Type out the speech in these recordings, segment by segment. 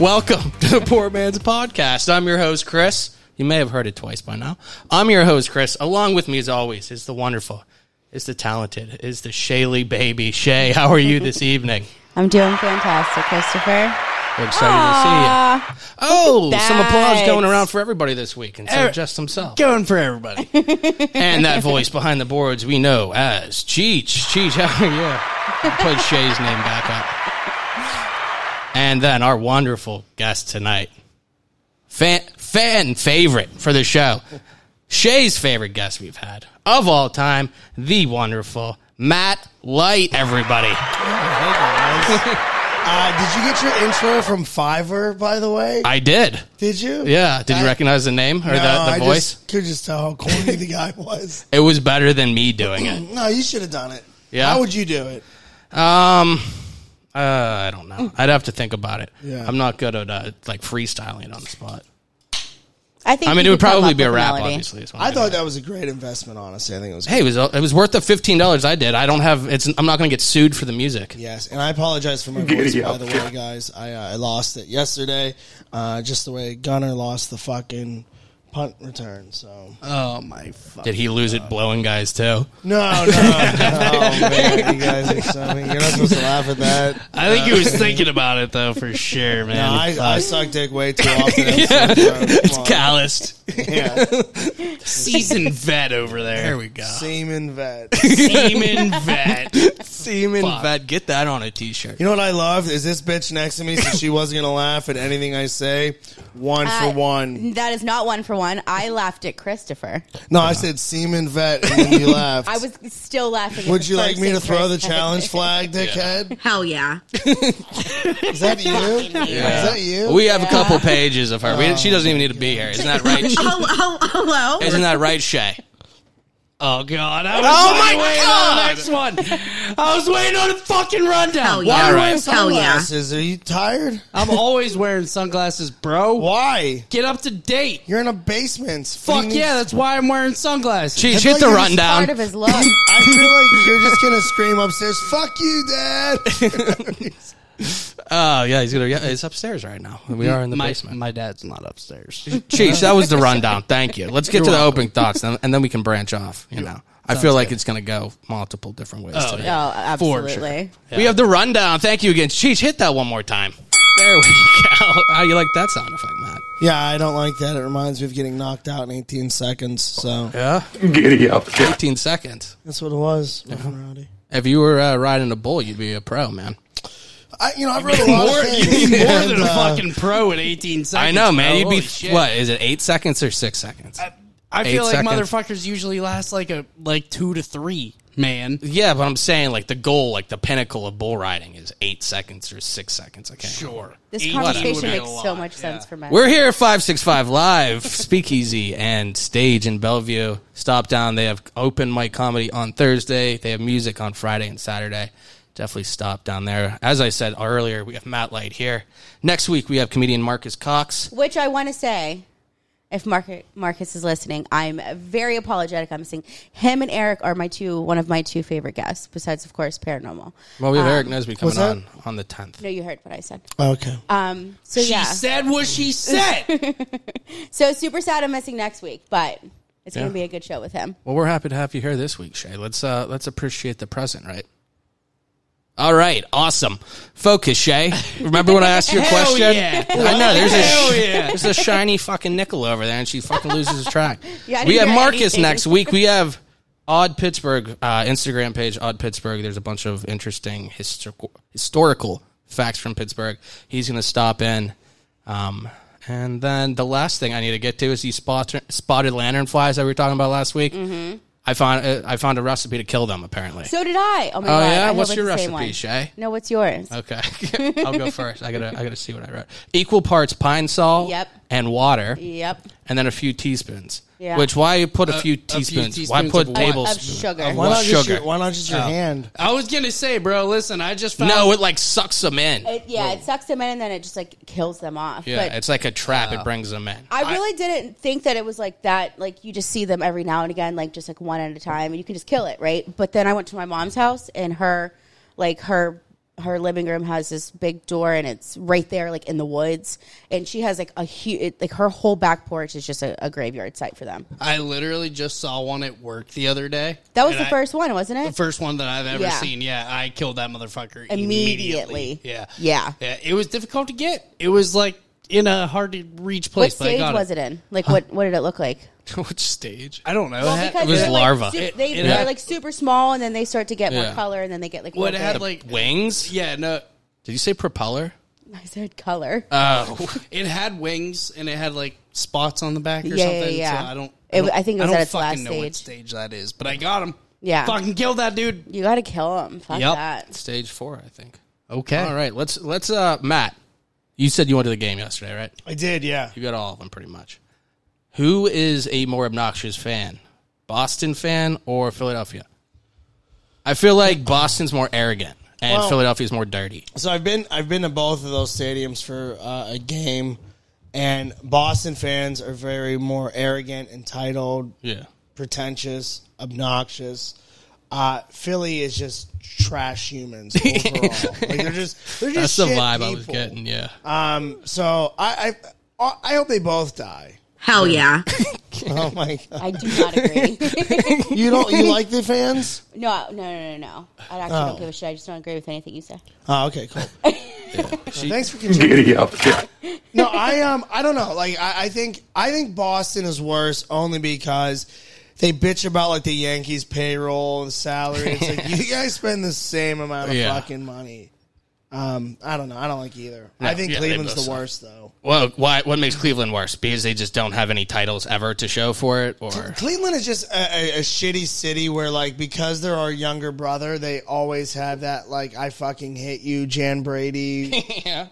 welcome to the Poor Man's Podcast. I'm your host, Chris. You may have heard it twice by now. I'm your host, Chris. Along with me, as always, is the wonderful, is the talented, is the Shaylee baby. Shay, how are you this evening? I'm doing fantastic, Christopher. We're excited Ah, to see you. Oh, some applause Thanks. going around for everybody this week instead of just himself. going for everybody. And that voice behind the boards we know as Cheech. Cheech, how are you? Put Shay's name back up. And then our wonderful guest tonight, fan, fan favorite for the show, Shay's favorite guest we've had of all time, the wonderful Matt Light, everybody. Uh, did you get your intro from Fiverr, by the way? I did. Did you? Yeah. Did you I- recognize the name or No, the, the I voice? Just, could just tell how corny the guy was. It was better than me doing it. No, you should have done it. Yeah? How would you do it? Um, uh, I don't know. I'd have to think about it. Yeah. I'm not good at uh, like freestyling on the spot. I think I you mean, it could would come probably up be a with rap, melody. obviously. is what I thought meant. that was a great investment. Honestly, I think it was. Hey, it was it was worth the fifteen dollars I did. I don't have it's. I'm not going to get sued for the music. Yes, and I apologize for my voice, by the way, guys. I uh, I lost it yesterday, uh, just the way Gunner lost the fucking punt return. So Oh my! Fuck did he lose it blowing guys too? no, no, no, man, you guys are so mean. You're not supposed to laugh at that. I think he was thinking about it though, for sure, man. No, I, I suck dick way too often. uh, it's it's calloused, Yeah. seasoned vet over there. There we go. Semen vet. Seaman vet, seaman Fuck. vet. Get that on a t-shirt. You know what I love is this bitch next to me, so she wasn't gonna laugh at anything I say. One Uh, for one. That is not one for one. I laughed at Christopher. No, I said semen vet, and then you laughed. I was still laughing. At Would the you like first me to thing throw the Chris- challenge flag, dickhead? Hell yeah! Is that you? Is that you? We have a couple pages of her. We, she doesn't even need to be here. Isn't that right? Shay? Hello. Isn't that right, Shay? Oh God! I was oh my Oh, God! the next one. I was waiting on a fucking rundown. Hell yeah. All right. Hell yeah. Sunglasses. Are you tired? I'm always wearing sunglasses, bro. Why? Get up to date. You're in a basement. Fuck You need- yeah, that's why I'm wearing sunglasses. She It's hit like the you're just rundown. Part of his look. Oh, I feel like you're just gonna scream upstairs. Fuck you, dad. oh yeah, he's gonna. Yeah, it's upstairs right now. We are in the my, basement. my dad's not upstairs. Cheech, that was the rundown. Thank you. Let's get to the opening thoughts, and, and then we can branch off. You know, I feel like it's gonna go multiple different ways. today. Oh, absolutely. We have the rundown. Thank you again, Cheech. Hit that one more time. There we go. How you like that sound effect, Matt? yeah, I don't like that. It reminds me of getting knocked out in 18 seconds. So Giddy up. 18 seconds. that's what it was. Rough and rowdy. If you were uh, riding a bull, you'd be a pro, man. I, you know, I've read a lot of things. and, uh, pro at 18 seconds. I know, man. You'd bro. be Uh, Holy shit. what is it? Eight seconds or six seconds? I feel Eight like seconds. motherfuckers usually last like a like two to three, man. yeah, but I'm saying like the goal, like the pinnacle of bull riding, is eight seconds or six seconds. Okay, Sure. This Eight would conversation be a makes so lot. much sense for me. We're here at five six five live speakeasy and stage in Bellevue. Stop down. They have open mic comedy on Thursday. They have music on Friday and Saturday. Definitely stop down there. As I said earlier, we have Matt Light here. Next week we have comedian Marcus Cox. Which I want to say, if Marcus, Marcus is listening, I'm very apologetic. I'm saying him and Eric are my two, one of my two favorite guests, besides, of course, Paranormal. Well, we have Eric Nesby coming what's that? on on the tenth. No, you heard what I said. Okay. Um, so She yeah, said what she said. so super sad I'm missing next week, but it's Yeah. gonna be a good show with him. Well, we're happy to have you here this week, Shay. Let's uh, let's appreciate the present, right? All right, awesome. Focus, Shay. Remember when I asked you a question? yeah. I know there's a Hell sh- yeah. there's a shiny fucking nickel over there, and she fucking loses her track. Yeah, I we have didn't hear Marcus anything. next week. We have Odd Pittsburgh uh, Instagram page, Odd Pittsburgh. There's a bunch of interesting historical historical facts from Pittsburgh. He's going to stop in. Um, and then the last thing I need to get to is these spot- spotted lantern flies that we were talking about last week. I found uh, I found a recipe to kill them. Apparently. Mm-hmm. So did I. Oh my Oh, god! yeah? I hope What's it's your the same recipe, one. Shay? No, what's yours? Okay, I'll go first. I gotta I gotta see what I wrote. Equal parts pine salt Yep. and water, Yep. and then a few teaspoons. Yeah. Which why you put a, few, a few teaspoons? Why teaspoons put of Of, what? of tablespoons? sugar. Why not just sugar. your, why not just your hand? I was gonna say, bro. Listen, I just found No, it like sucks them in. It, yeah, it sucks them in and then it just like kills them off. yeah, but it's like a trap. It brings them in. I really didn't think that it was like that. Like you just see them every now and again, like just like one at a time, and you can just kill it, right? But then I went to my mom's house, and her, like her, her living room has this big door, and it's right there, like in the woods, and she has like a huge, like her whole back porch is just a, a graveyard site for them. I literally just saw one at work the other day. That was And the I- first one, wasn't it? the first one that I've ever Yeah. seen. Yeah, I killed that motherfucker Immediately. immediately. Yeah, Yeah. yeah. It was difficult to get. It was like in a hard to reach what place. but stage I got was it in? Like what? What did it look like? Which stage? I don't know. Well, It had- because was they're, larva. Like, su- It- they, it they're had- like super small, and then they start to get more Yeah. color, and then they get like. Well, it little had bit- like Wings? yeah no. Did you say propeller? I said color. Oh, it had wings and it had like spots on the back or Yeah, yeah, something. yeah. So I don't. It- don't- I think it was don't at its fucking last know what stage. stage that is, but I got him. Yeah. fucking killed that dude. you got to kill them. Fuck Yep. that. Stage four, I think. Okay. All right, let's let's uh Matt. You said you went to the game yesterday, right? I did, yeah. You got all of them pretty much. Who is a more obnoxious fan? Boston fan or Philadelphia? I feel like Boston's more arrogant and Philadelphia's more dirty. So I've been I've been to both of those stadiums for uh, a game, and Boston fans are very more arrogant, entitled, Yeah. pretentious, obnoxious. Uh, Philly is just trash humans overall. like they're just they're That's just the shit vibe I was people. getting, yeah. Uh, Um, so I, I I hope they both die. Hell yeah. Oh my god! I do not agree. You don't you like the fans? no, no, no, no, no. I actually Oh. don't give a shit. I just don't agree with anything you say. Oh, okay, cool. Thanks for continuing. Giddy up. Yeah. no, I um, I don't know. Like, I, I think I think Boston is worse only because they bitch about like the Yankees payroll and salary. It's like you guys spend the same amount of Yeah. fucking money. Um, I don't know. I don't like either. I think yeah, they Cleveland's both the suck. worst though. Well, why what makes Cleveland worse? Because they just don't have any titles ever to show for it or Cleveland is just a, a, a shitty city where, like, because they're our younger brother, they always have that, like, I fucking hit you, Jan Brady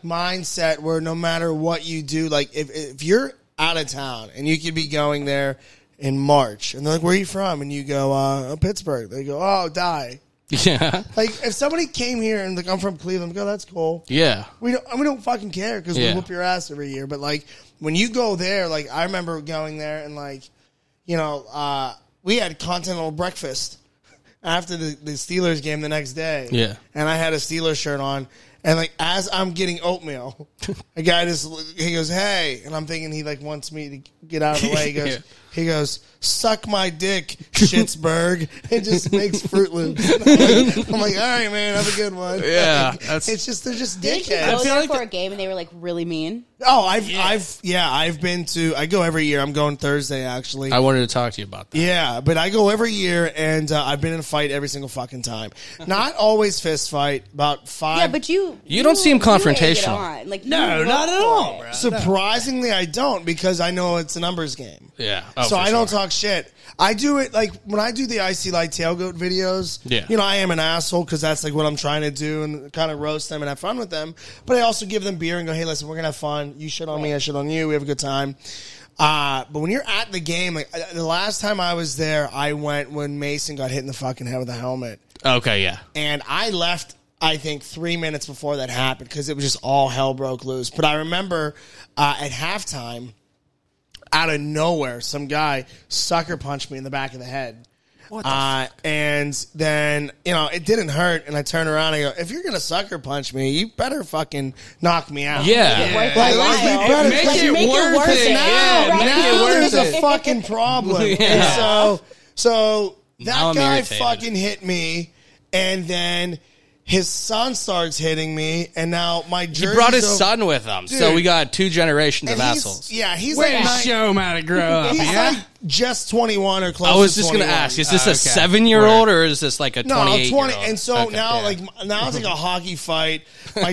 mindset where no matter what you do, like, if, if you're out of town and you could be going there in March and they're like, where are you from? And you go, uh, Pittsburgh. They go, oh, die. Yeah. Like, if somebody came here and, like, I'm from Cleveland, go, that's cool. Yeah. We don't, we don't fucking care because Yeah. we whoop your ass every year. But like when you go there, like I remember going there and like, you know, uh, we had continental breakfast after the, the Steelers game the next day. Yeah. and I had a Steelers shirt on, and like as I'm getting oatmeal, a guy just he goes, "Hey," and I'm thinking he like wants me to get out of the way. He goes. Yeah. He goes, suck my dick, Schittsburg. It just makes Fruit Loops. I'm like, all right, man, have a good one. Yeah, Like, that's- it's just they're just Didn't you dickheads. go there like for the- a game and they were like really mean? Oh, I've, I've, yeah, I've been to. I go every year. I'm going Thursday actually. I wanted to talk to you about that. yeah, but I go every year, and uh, I've been in a fight every single fucking time. Not always fist fight. About five. Yeah, but you You don't seem you egg it confrontational. on. Like No, you not look at for it. all, bro. surprisingly, I don't because I know it's a numbers game. Yeah. Oh, so for I don't sure. talk shit. I do it like when I do the icy light tailgoat videos. Yeah. you know I am an asshole because that's like what I'm trying to do and kind of roast them and have fun with them. But I also give them beer and go, hey, listen, we're gonna have fun. You shit on me, I shit on you. We have a good time. Uh, but when you're at the game, like I- the last time I was there, I went when Mason got hit in the fucking head with a helmet, Okay, yeah. and I left. I think three minutes before that happened because it was just all hell broke loose. But I remember uh, at halftime out of nowhere, some guy sucker punched me in the back of the head. uh, and then you know it didn't hurt, and I turn around and I go, "If you're gonna sucker punch me, you better fucking knock me out." Yeah. Worth Like, the like, while. we better Make fucking- it worth it. Now, Yeah, right? make it now worth there's a fucking problem. Yeah. And so, so that Now I'm guy irritated. fucking hit me, and then his son starts hitting me, and now my jersey He brought his son with him, so Dude. we got two generations of and he's- assholes. Yeah, he's Way like to nine- show him how to grow up. He's yeah? like just 21 or close. I was to just going to 21. ask: Is this a Uh, okay. seven-year-old or is this like a No, twenty-eight? 20. And so now, like, m- now it's like a hockey fight. My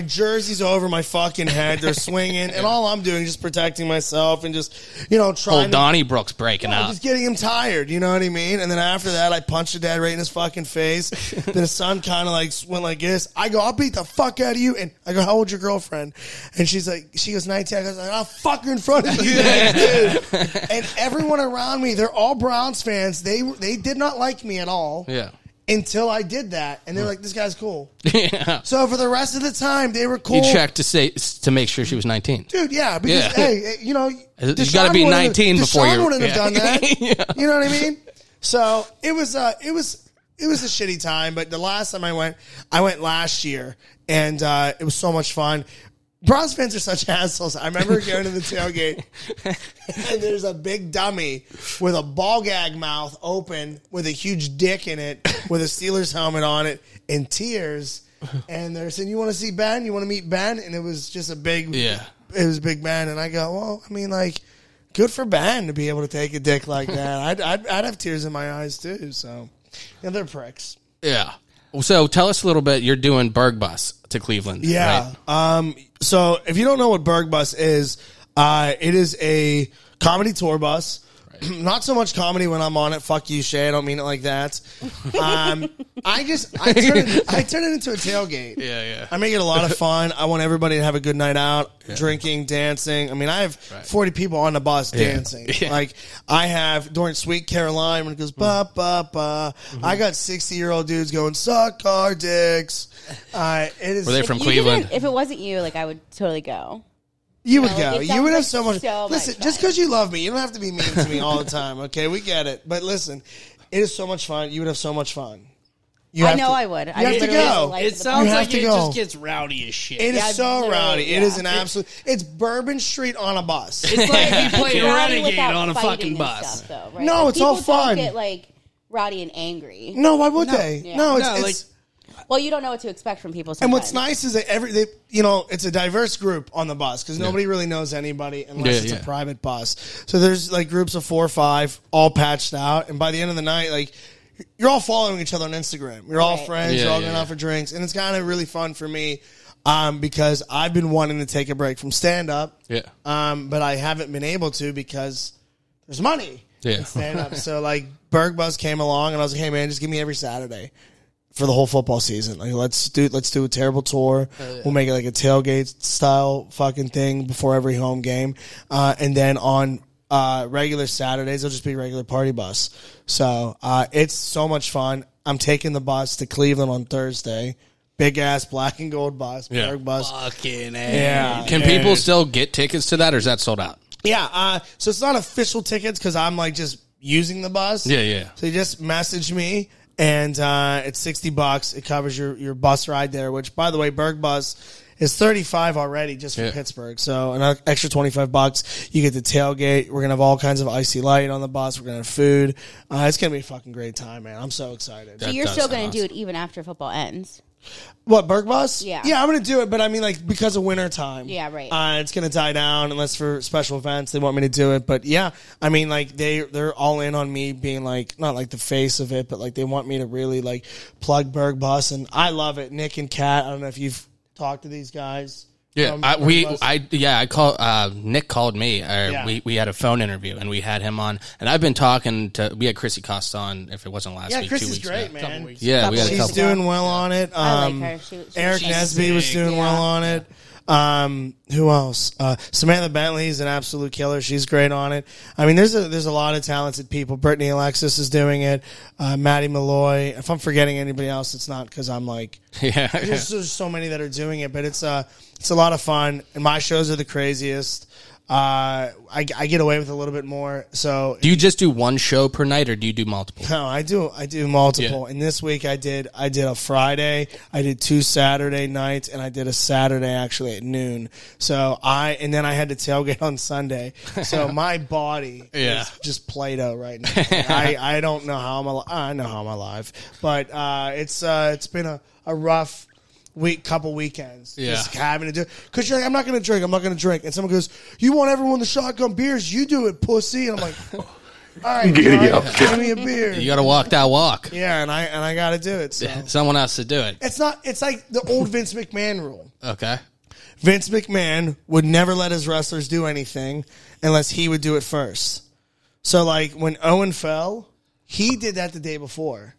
jersey's over my fucking head. They're swinging. And all I'm doing is just protecting myself and just, you know, old trying to. Donnybrook's breaking I'm out. just getting him tired, you know what I mean? And then after that, I punched the dad right in his fucking face. then his son kind of like went like this. I go, I'll beat the fuck out of you. And I go, How old's your girlfriend? And she's like, She goes 19. I go, I'll fuck her in front of you. Like, dude. And everyone around me, they're all Browns fans. They they did not like me at all. Yeah. Until I did that, and they're like, "This guy's cool." yeah. So for the rest of the time, they were cool. You checked to say to make sure she was nineteen. Dude, yeah, because Yeah. hey, eh, you know, You Deshaun gotta be wouldn't have- 19 before Deshaun you're- wouldn't have yeah. done that. Yeah. You know what I mean? So it was, uh, it was, it was a shitty time. But the last time I went, I went last year, and uh, it was so much fun. Bronze fans are such assholes. I remember going to the tailgate, and there's a big dummy with a ball gag mouth open, with a huge dick in it, with a Steelers helmet on it, and tears. And they're saying, "You want to see Ben? You want to meet Ben?" And it was just a big, Yeah. it was Big Ben, and I go, well, I mean, like, good for Ben to be able to take a dick like that. I'd, I'd, I'd have tears in my eyes too. So, yeah, they're pricks. Yeah. So tell us a little bit. You're doing Berg Bus to Cleveland. Yeah. right? Um. So, if you don't know what Berg Bus is, uh, it is a comedy tour bus. Not so much comedy when I'm on it. Fuck you, Shay. I don't mean it like that. Um, I just I turn it, I turn it into a tailgate. Yeah, yeah. I make it a lot of fun. I want everybody to have a good night out, drinking, dancing. I mean, I have 40 people on the bus dancing. Like, I have during Sweet Caroline when it goes ba ba ba. Mm-hmm. I got 60 year old dudes going suck our dicks. Uh, it is. Were they from You Cleveland? didn't- If it wasn't you, like I would totally go. You would No, go. it You would have sounds so like much. so listen, much just fun. because you love me, you don't have to be mean to me all the time. Okay, we get it. But listen, it is so much fun. You would have so much fun. You I have know to- I would. I You have to literally go. like It the- sounds You have like to it go. just gets rowdy as shit. It is Yeah, so literally, rowdy. It is yeah. an absolute. It's Bourbon Street on a bus. it's like you play rowdy Renegade without on a fighting fucking and bus. stuff, though, right? No, Like, it's all people don't fun. Get like rowdy and angry. no, why would they? Yeah. No, it's, No, it's like- Well, you don't know what to expect from people. Sometimes. And what's nice is that every they, you know it's a diverse group on the bus because nobody really knows anybody unless Yeah, it's yeah. a private bus. So there's like groups of four or five all patched out, and by the end of the night, like you're all following each other on Instagram. You're all Right. friends. Yeah, you're all yeah, going yeah. out for drinks, and it's kind of really fun for me um, because I've been wanting to take a break from stand up, Yeah. um, but I haven't been able to because there's money Yeah. stand up. so like Berg Buzz came along, and I was like, hey man, just give me every Saturday for the whole football season. Like let's do let's do a terrible tour. Oh, We'll make it like a tailgate style fucking thing before every home game, uh, and then on. Uh, regular Saturdays, it'll just be regular party bus. So uh, it's so much fun. I'm taking the bus to Cleveland on Thursday. Big ass black and gold bus, Yeah. Berg bus. Fucking Yeah. Can people still get tickets to that, or is that sold out? Yeah, uh, so it's not official tickets because I'm like just using the bus. Yeah, yeah. So you just message me, and uh, it's sixty bucks. It covers your your bus ride there. Which, by the way, Berg Bus is thirty five already just for Yeah. Pittsburgh. So an extra twenty five bucks, you get the tailgate. We're gonna have all kinds of icy light on the bus. We're gonna have food. Uh, it's gonna be a fucking great time, man. I'm so excited. So That you're does still going sound to do it even after football ends. What Berg Bus? Yeah. yeah, I'm gonna do it, but I mean, like because of winter time. Yeah, right. Uh, it's gonna die down unless for special events they want me to do it. But yeah, I mean, like they they're all in on me being like not like the face of it, but like they want me to really like plug Berg Bus, and I love it. Nick and Kat, I don't know if you've talked to these guys. Yeah, from I, Berg we, Bus. I, yeah, I call. Uh, Nick called me. Or Yeah. We we had a phone interview and we had him on. And I've been talking to. We had Chrissy Costa on. If it wasn't last yeah, week, Chris two is weeks great, ago. man. Yeah, we had a She's couple. doing well on it. I Um, like her. She, she, Eric she- Nesby was sick. doing well Yeah. on it. Um, who else? Uh, Samantha Bentley's an absolute killer. She's great on it. I mean, there's a there's a lot of talented people. Brittany Alexis is doing it. Uh, Maddie Malloy. If I'm forgetting anybody else, it's not because I'm like Yeah, there's, there's so many that are doing it, but it's uh it's a lot of fun. And my shows are the craziest. Uh, I, I get away with a little bit more. So Do you just do one show per night, or do you do multiple? no, I do. I do multiple. And this week I did. I did a Friday. I did two Saturday nights, and I did a Saturday actually at noon. So I and then I had to tailgate on Sunday. So my body Yeah. is just Play-Doh right now. Like, I I don't know how I'm. Al- I know how I'm alive, but uh, it's uh, it's been a, a rough. Week, couple weekends, Yeah. just having to do because you're like, I'm not going to drink, I'm not going to drink, and someone goes, "You want everyone the shotgun beers? You do it, pussy." And I'm like, All right, John, Giddy up. give me a beer. You got to walk that walk. Yeah, and I and I got to do it. So Someone else to do it. it's not. It's like the old Vince McMahon rule. Okay. Vince McMahon would never let his wrestlers do anything unless he would do it first. So, like when Owen fell, he did that the day before.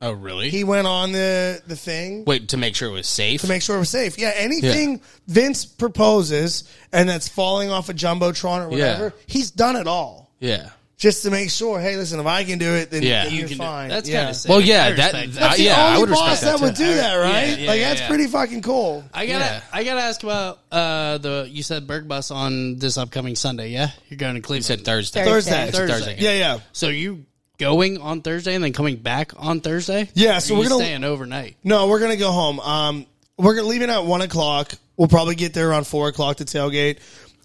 Oh, really? He went on the the thing Wait to make sure it was safe. to make sure it was safe. Yeah, anything Vince proposes and that's falling off a jumbotron or whatever, Yeah. he's done it all yeah. just to make sure. Hey, listen, if I can do it, then, Yeah. then You you're can do it. fine. That's yeah. kind of sick. Well, I yeah, respect that- That's the Uh, yeah, I only would respect boss that, that, would too. do that, right? yeah, like yeah, that's yeah. pretty fucking cool. I gotta, Yeah. I gotta ask about uh, the. You said Berg Bus on this upcoming Sunday. Yeah, you're going to Cleveland. You said Thursday. Thursday. It's a Thursday. Thursday. Yeah, yeah. so you going on Thursday and then coming back on Thursday? Yeah, so Or we're you gonna- staying overnight. No, we're gonna go home. Um, we're gonna leaving at one o'clock. We'll probably get there around four o'clock to tailgate,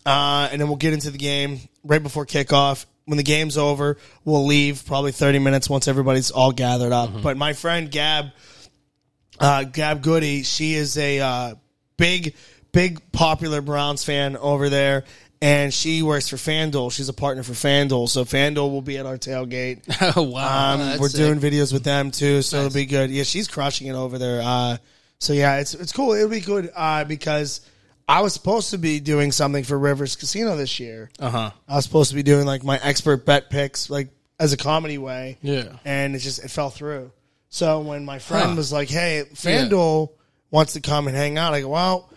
uh, and then we'll get into the game right before kickoff. When the game's over, we'll leave probably thirty minutes once everybody's all gathered up. But my friend Gab, uh, Gab Goody, she is a uh, big, big popular Browns fan over there. And she works for FanDuel. She's a partner for FanDuel. So FanDuel will be at our tailgate. oh wow, Um, that's we're sick. doing videos with them too, so it'll be good. Yeah, she's crushing it over there. Uh, so yeah, it's it's cool. It'll be good uh, because I was supposed to be doing something for Rivers Casino this year. Uh Uh-huh. huh. I was supposed to be doing like my expert bet picks, like as a comedy way. Yeah. And it just it fell through. So when my friend was like, "Hey, FanDuel wants to come and hang out," I go, "Well,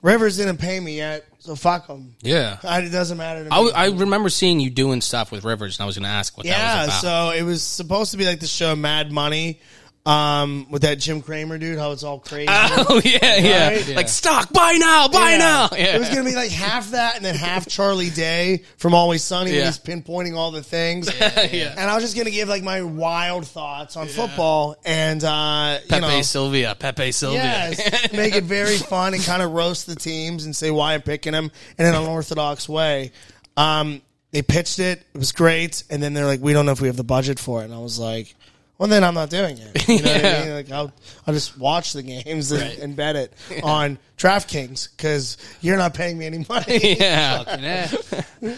Rivers didn't pay me yet, so fuck them. Yeah. I, It doesn't matter to me." w- I remember seeing you doing stuff with Rivers, and I was going to ask what that Yeah, was about. so it was supposed to be like the show Mad Money um, with that Jim Cramer dude, how it's all crazy. Oh yeah, yeah. Right? Like stock, buy now, buy now. Yeah. It was gonna be like half that and then half Charlie Day from Always Sunny when Yeah. he's pinpointing all the things. And I was just gonna give like my wild thoughts on football and uh Pepe you know Sylvia, Pepe Sylvia. Yes, make it very fun and kind of roast the teams and say why I'm picking them in an unorthodox way. Um, they pitched it; it was great, and then they're like, "We don't know if we have the budget for it." And I was like, "Well, then I'm not doing it." You know what I mean? Like, I'll I'll just watch the games and, and bet it on DraftKings because you're not paying me any money. yeah. Yeah.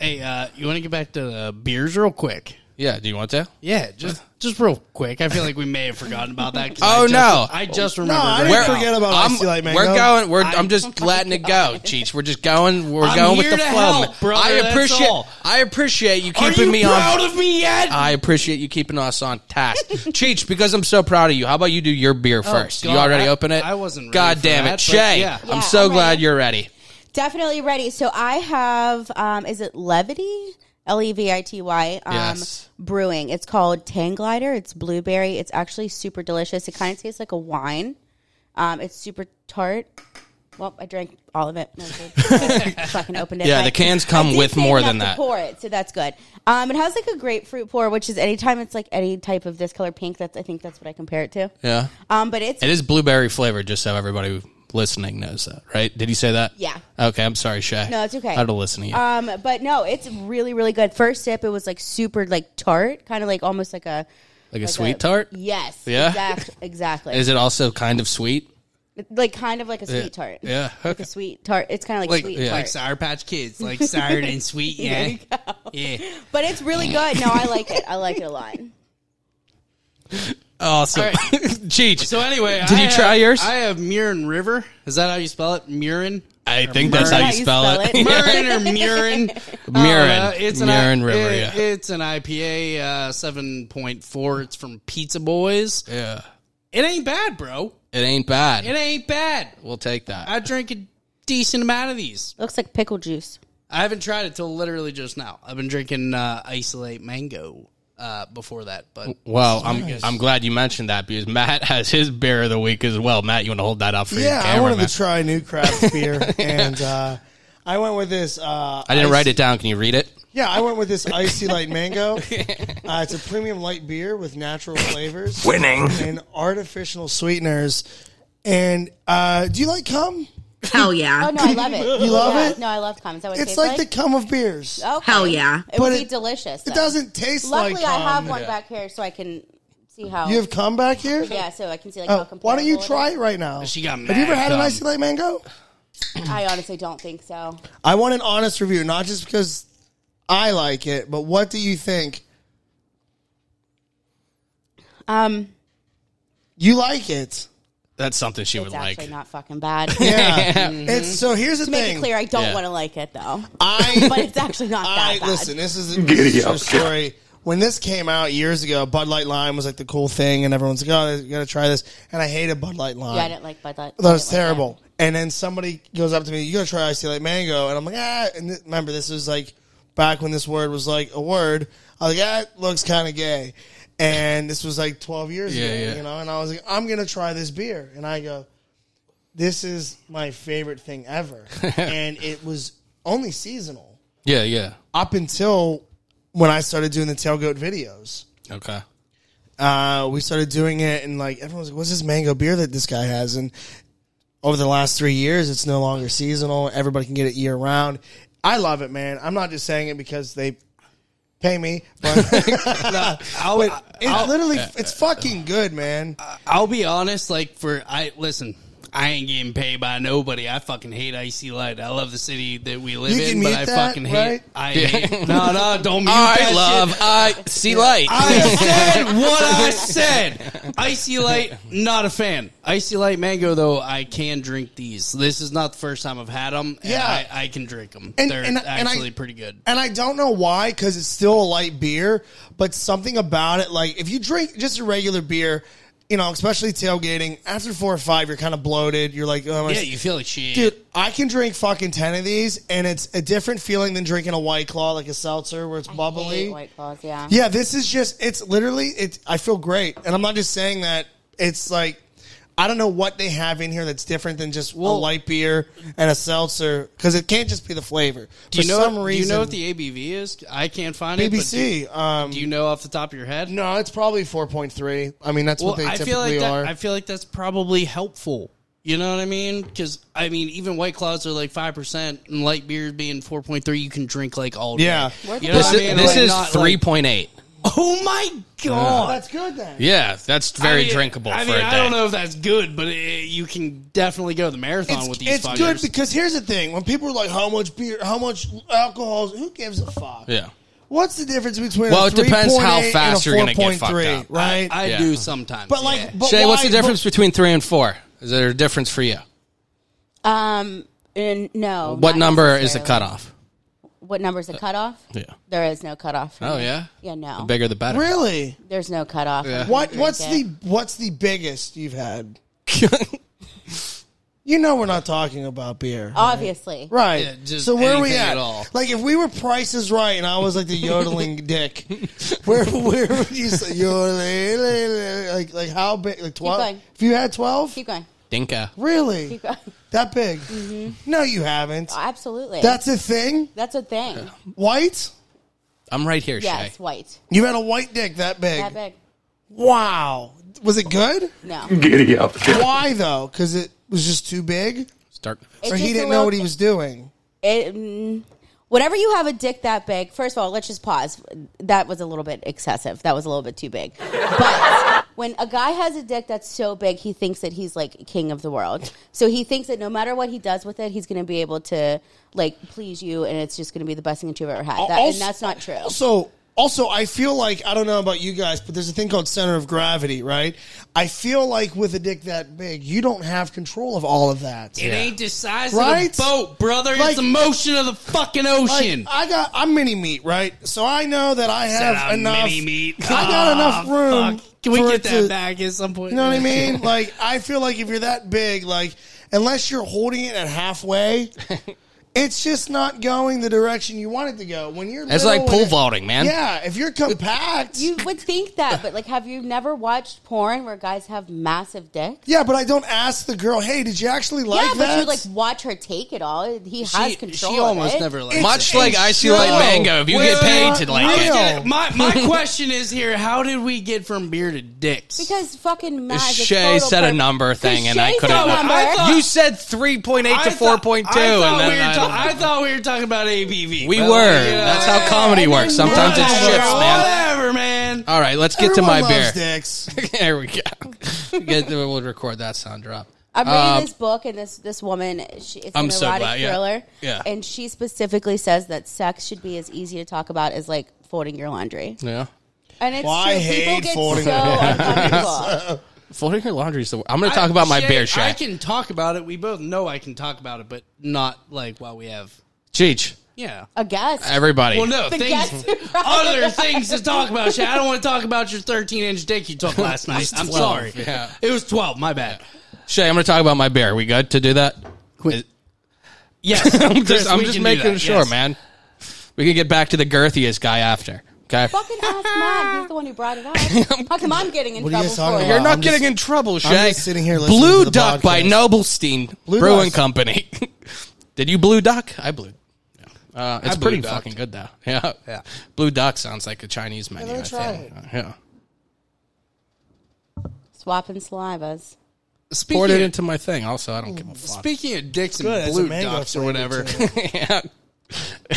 hey, uh, you want to get back to the beers real quick? Yeah. Do you want to? Yeah, just just real quick. I feel like we may have forgotten about that. 'cause Oh, I just, no. I just no, remembered. I right didn't now. forget about I'm- Icy Light Mango. We're going. We're. I'm I- just letting it go, Cheech. We're just going. We're I'm going with here the to flow. help, brother, I that's appreciate. all. I appreciate you Are keeping you me proud on. Uh, of me yet? I appreciate you keeping us on task, Cheech. Because I'm so proud of you. How about you do your beer first? you Oh, God, already I- open it. I wasn't ready God for damn that, it, but Shay. yeah. Yeah, I'm so I'm glad ready. you're ready. Definitely ready. So I have, um, is it Levity? L E V I T Y. Um, Yes. Brewing. It's called Tanglider. It's blueberry. It's actually super delicious. It kind of tastes like a wine. Um, it's super tart. Well, I drank all of it. No, I fucking opened it. Yeah, but the cans come I did with save more enough than to that. Pour it, so that's good. Um, it has like a grapefruit pour, which is anytime it's like any type of this color pink. That's I think that's what I compare it to. Yeah. Um, but it's It is blueberry flavored, just so everybody listening knows that, right? Did you say that? Yeah. Okay, I'm sorry, Shay. No, it's okay. I'd have listened to you. Um, but no, it's really, really good. First sip, it was like super, like tart, kind of like almost like a like a sweet tart? Yes, Yeah? exact, exactly. Is it also kind of sweet? like kind of like a sweet tart? Yeah. like a sweet tart. It's kind of like, Like, sweet yeah. like tart, Sour Patch Kids, like sour and sweet. Yeah, yeah. but it's really good. No, I like it. I like it a lot. Awesome. All right. Cheech. So anyway, Did I you try have- yours? I have Murin River. Is that how you spell it? Murin. I think that's how Murrin. you spell it. Murrin. Murin or Murin? Oh, Uh, Murin. Murin River, it- yeah. It's an IPA, uh, seven point four. It's from Pizza Boys. yeah. It ain't bad, bro. It ain't bad. It ain't bad. we'll take that. I drink a decent amount of these. Looks like pickle juice. I haven't tried it till literally just now. I've been drinking uh, isolate mango uh, before that, but well, I'm I'm glad you mentioned that because Matt has his beer of the week as well. Matt, you want to hold that up for your yeah, I camera? wanted man? to try a new craft beer, and uh, I went with this. Uh, I didn't ice- write it down. Can you read it? Yeah, I went with this icy light mango. Uh, it's a premium light beer with natural flavors, Winning. and artificial sweeteners. And uh, do you like cum? Hell yeah. Oh no, I love it. you love it? No, I love cum. Is that what it It's tastes like the cum of beers. Okay. Hell yeah. It would But be it- delicious. It though. doesn't taste Oh, Luckily, like. I cum. have one back here, so I can see how. You have cum back here. yeah, so I can see like Oh, how. why don't you comparable it try is. it right now? She got Have you ever mad had an cum. icy light mango? I honestly don't think so. I want an honest review, not just because I like it, but what do you think? Um, You like it. That's something she would it's actually like. not fucking bad. Yeah. It's so here's the Mm-hmm. Make thing. it clear, I don't Yeah. want to like it though, I but it's actually not that I bad. listen. This is this is a story. When this came out years ago, Bud Light Lime was like the cool thing, and everyone's like, "Oh, you got to try this." And I hated Bud Light Lime. yeah, I didn't like Bud Light. that was terrible. And then somebody goes up to me, "You got to try ice like mango," and I'm like, "Ah." And th- remember, this was like back when this word was like a word. I was like, "Ah, it looks kind of gay," and this was like 12 years Yeah, ago, yeah. you know. And I was like, "I'm gonna try this beer," and I go, "This is my favorite thing ever," and it was only seasonal Yeah, yeah. up until when I started doing the tailgoat videos. Okay. Uh, we started doing it, and like everyone was like, "What's this mango beer that this guy has?" And over the last three years, it's no longer seasonal. Everybody can get it year round. I love it, man. I'm not just saying it because they pay me, but I'll, Uh, but it's literally it's fucking good, man. I'll be honest. Like for I listen, I ain't getting paid by nobody. I fucking hate icy light. I love the city that we live You can in, but mute I that, fucking right? hate. I hate, no no don't mute All that right, love. shit. I see light. I said what I said. Icy Light, not a fan. Icy Light Mango, though, I can drink these. This is not the first time I've had them. And Yeah. I, I can drink them. And- They're and- and I- actually pretty good. And I don't know why, because it's still a light beer, but something about it, like if you drink just a regular beer, you know, especially tailgating, after four or five, you're kind of bloated. You're like, oh, my Yeah, you feel like shit. Dude, I can drink fucking ten of these, and it's a different feeling than drinking a white claw like a seltzer where it's I hate bubbly. White Claws, yeah. Yeah, this is just it's literally it's I feel great. And I'm not just saying that. It's like I don't know what they have in here that's different than just a Well- light beer and a seltzer because it can't just be the flavor. do you For know? some do you reason, know what the ABV is? I can't find it. but BBC? Um, Do you know off the top of your head? no, it's probably four point three. I mean, that's what Well, they I typically feel like are. that, I feel like that's probably helpful. You know what I mean? Because I mean, even White Claws are like five percent, and light beers being four point three, you can drink like all day. Yeah. Where the you know this what I mean? is, this Like, is not, three like- point eight. oh my god! that's good then. Yeah, that's very I mean- drinkable I for mean, a day. I don't know if that's good, but it, you can definitely go the marathon with these. it's fuckers. good because here's the thing: when people are like, "How much beer? How much alcohol? Who gives a fuck?" Yeah. What's the difference between Well, a it depends how 3.8 fast and you're a gonna get fucked 4.3, up. right? I Yeah. do sometimes. but like, yeah. but Shay, what's why- the difference between three and four? Is there a difference for you? Um, and no. What not number is the necessarily. cutoff? What number is the cutoff? Yeah. There is no cutoff. for Oh me. yeah. Yeah, no. The bigger the better. But really? There's no cutoff. Yeah. What? What's it. the what's the biggest you've had? You know, we're not talking about beer, Oh. Obviously. right? Yeah, just so where are we anything at? at all. Like, if we were prices right, and I was like the yodeling dick, where where would you say yodeling? Like like how big? Like twelve? going. If you had twelve, Keep going. Dinka. really? Keep going. Mm-hmm. That big? No, you haven't. Absolutely. That's a thing. That's a thing. White? I'm right here, Yeah, Shay. it's white. You had a white dick that big. That big. Wow. Was it good? No. Giddy up. Why though? Because it was just too big, Start. It's or just he a didn't little know what he thi- was doing. It, mm, whenever you have a dick that big, first of all, let's just pause. That was a little bit excessive. That was a little bit too big. But when a guy has a dick that's so big, he thinks that he's like king of the world. So he thinks that no matter what he does with it, he's going to be able to like please you, and it's just going to be the best thing that you've ever had. That, Also- and that's not true. Also, also, I feel like I don't know about you guys, but there's a thing called center of gravity, right? I feel like with a dick that big, you don't have control of all of that. It ain't the size Right? of the boat, brother. Like- it's the motion of the fucking Like, ocean. I got I'm mini meat, right? So I know that I Said have I'm enough. mini meat. I got Ah, enough room. fuck. Can we for get it that to- back at some point? You know what I mean? Like, I feel like if you're that big, like, unless you're holding it at halfway, it's just not going the direction you want it to go. When you're It's little like and pool it- vaulting, man. Yeah, if you're compact. you would think that, but like, have you never watched porn where guys have massive dicks? yeah, but I don't ask the girl, hey, did you actually like yeah, but that? you like watch her take it all. He has She, control. she of almost it. eh? never It's like. Much a like icy show. light mango, if you Wait, get paid to wait, wait, like wait. it. Real. My my question is here: How did we get from beer to dicks? Because fucking Maz is Shay total said a perv- number thing, Because and I Shay couldn't. said a number. I thought- you said three point eight I to thought- four point two, I and thought then we were I ta- don't- I thought we were talking about ABV. we but, were. you know, That's how comedy and works. then Sometimes it now- shifts, man. Whatever, man. All right, let's get to my Everyone beer. loves dicks. there we go. Get- we'll record that sound drop. I'm reading Um, this book, and this this woman, she, it's I'm an so erotic glad, yeah. thriller, Yeah. and she specifically says that sex should be as easy to talk about as like folding your laundry, Yeah. and it's Well, I true. People hate get folding so uncomfortable. Folding your laundry is the. I'm going to talk about my Shay, bear I shack. can talk about it. We both know I can talk about it, but not like while we have. Cheech, Yeah. A guest, everybody. Well, no The things. guest- Other things to talk about, Shay. I don't want to talk about your 13 inch dick you took last night. I'm 12, sorry. yeah. It was 12. My bad. Shay, I'm going to talk about my bear. We good to do that? Is- Yes. I'm just, Chris, I'm we just can do making that, sure, yes. man. We can get back to the girthiest guy after. Okay. fucking ask Matt. He's the one who brought it up. How come I'm getting in What are trouble you guys for talking it? You're not I'm getting just- in trouble, Shay. just sitting here listening Blue to the Duck by podcast. Nobelstein Blue Brewing Duck. Company. Did you Blue Duck? I blew. Yeah. Uh, it's I Blue pretty Ducked. fucking good though. Yeah. Yeah. Blue Duck sounds like a Chinese menu. let me I try think. Uh, it. Yeah. Swapping salivas. Speaking Poured it of- into my thing. Also, I don't give a Mm, fuck. Speaking of dicks Good, and it's a blue mango ducks or flavor whatever, too. yeah.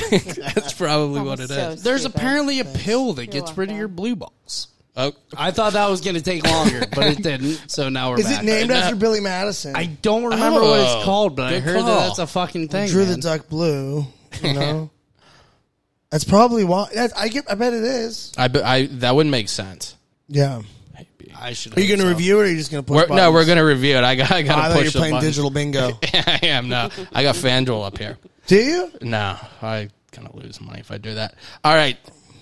That's probably what it is. That was so there's stupid. apparently a pill that gets rid welcome. of your blue balls. Oh, I thought that was going to take longer, but it didn't. So now we're Is back. it named Nah. after Billy Madison? I don't remember what it's called, but I Oh. Good heard call. that that's a fucking thing. drew the man. duck blue. You know, that's probably why. That's, I get. I bet it is. I, be- I that wouldn't make sense. Yeah. I should. Are you going to review it, or are you just going to push? We're, no, buttons? we're gonna review it. I got. I I got to thought you push were the playing button. digital bingo. I am no. I got FanDuel up here. Do you? No, I gonna lose money if I do that. All right,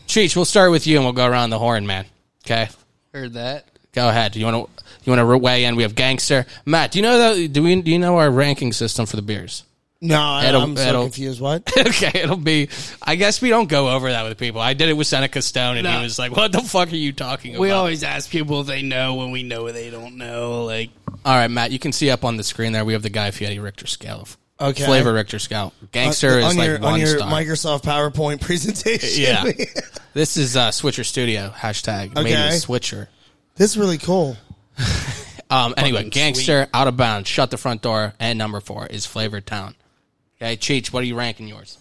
Cheech, we'll start with you and we'll go around the horn, man. Okay, heard that? go ahead. You want to you want to weigh in? We have gangster Matt. Do you know that? Do we? Do you know our ranking system for the beers? No, I, It'll- I'm so it'll- confused. What? okay, it'll be. I guess we don't go over that with people. I did it with Seneca Stone, and No. he was like, "What the fuck are you talking about?" We always ask people if they know when we know they don't know. Like All right, Matt, you can see up on the screen there. We have the Guy Fieri Richter scale of Okay. flavor Richter scale. Gangster on is like your, one on your star. Microsoft PowerPoint presentation. Yeah. this is uh, Switcher Studio hashtag made Okay. with Switcher. this is really cool. Um, anyway, gangster out of bounds, shut the front door, and number four is Flavor Town. Okay, Cheech, what are you ranking yours?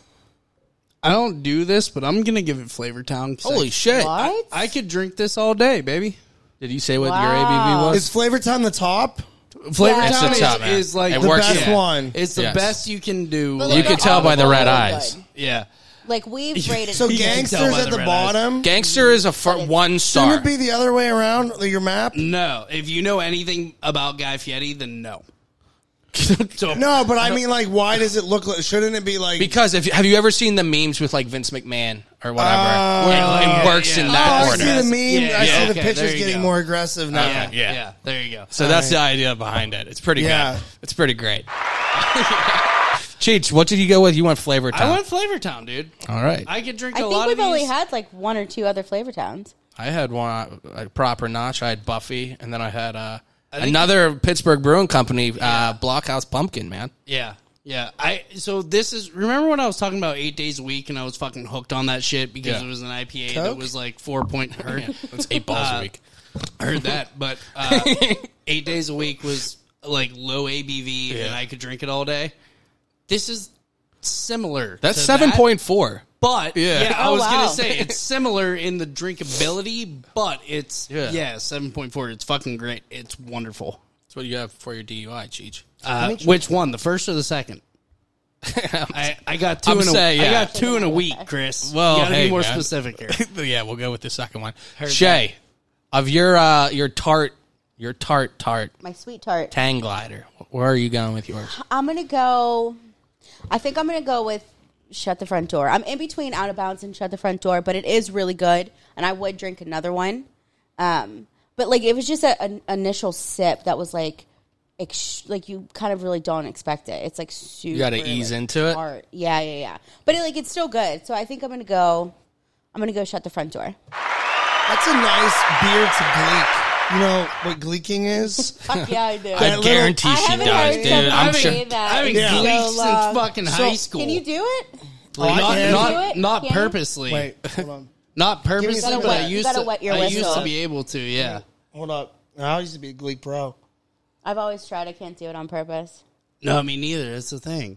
I don't do this, but I'm gonna give it Flavor Town. Holy shit! What? I could drink this all day, baby. Did you say what your ABV Wow. was? Is Flavor Town the top? Flavor It's Town the is, top, man. is like It the works. best Best Yeah. one. It's the Yes. best you can do. But like, you they're could tell all by the red good. eyes. yeah. Like we've rated. So You can tell gangsters by at the the red eyes. bottom. Gangster is a fir- one star. Shouldn't it be the other way around like your map? No, if you know anything about Guy Fieri, then no. so No, but I mean, like, why does it look like? Shouldn't it be like? because if have you ever seen the memes with like Vince McMahon or whatever? Oh. it, it works in yeah. oh, that I order. see the meme. Yeah, I see yeah, the okay, there pictures you getting go. Oh, more aggressive now. yeah, yeah. yeah, there you go. So that's the idea behind it. It's pretty Yeah. good. It's pretty great. Cheech, what did you go with? You want flavor I time? went Flavor Town, dude. All right. I, I could drink I a think lot we've of only these. had like one or two other flavor towns. had one a proper notch. I had Buffy, and then I had uh, think- another Pittsburgh Brewing Company uh, Blockhouse Pumpkin. Man, yeah, yeah. I so this is remember when I was talking about eight days a week and I was fucking hooked on that shit because Yeah. it was an IPA Coke? that was like four point. Heard, it's eight balls a week. heard that, but uh, eight days a week was like low ABV and I could drink it all day. This is similar. That's to seven that. point four. But Yeah. yeah, I Oh, was wow. gonna say it's similar in the drinkability, but it's Yeah. yeah, seven point four. It's fucking great. It's wonderful. That's what you have for your DUI, Cheech. Uh, which one, the first or the second? I, I got 2 I'm in a saying, yeah. I got two in a week, Chris. Well, you gotta hey, be more man. specific here. yeah, we'll go with the second one. Shay, of your uh, your tart, your tart tart My sweet tart. Tang Glider. Where are you going with yours? I'm gonna go. I think I'm gonna go with shut the front door. I'm in between out of bounds and shut the front door, but it is really good, and I would drink another one. Um, but like it was just a, an initial sip that was like, ex- like you kind of really don't expect it. It's like super. You gotta ease into it? Yeah, yeah, yeah. But it, like it's still good, so I think I'm gonna go. I'm gonna go shut the front door. That's a nice beer to gleek. You know what gleeking is? Fuck yeah, I do. I little- guarantee I she haven't does, heard dude. somebody I'm I sure. say that. I haven't in Yeah. so gleeked long. since fucking high school. Can you do it? Oh, I not can. Can you not, do it? not Can you? purposely. Wait, hold on. Not You purposely, gotta but I wet- you used gotta to wet your I used whistle. to be able to, yeah. Hold up. I used to be a gleek bro. I've always tried. I can't do it on purpose. No, me neither. That's the thing.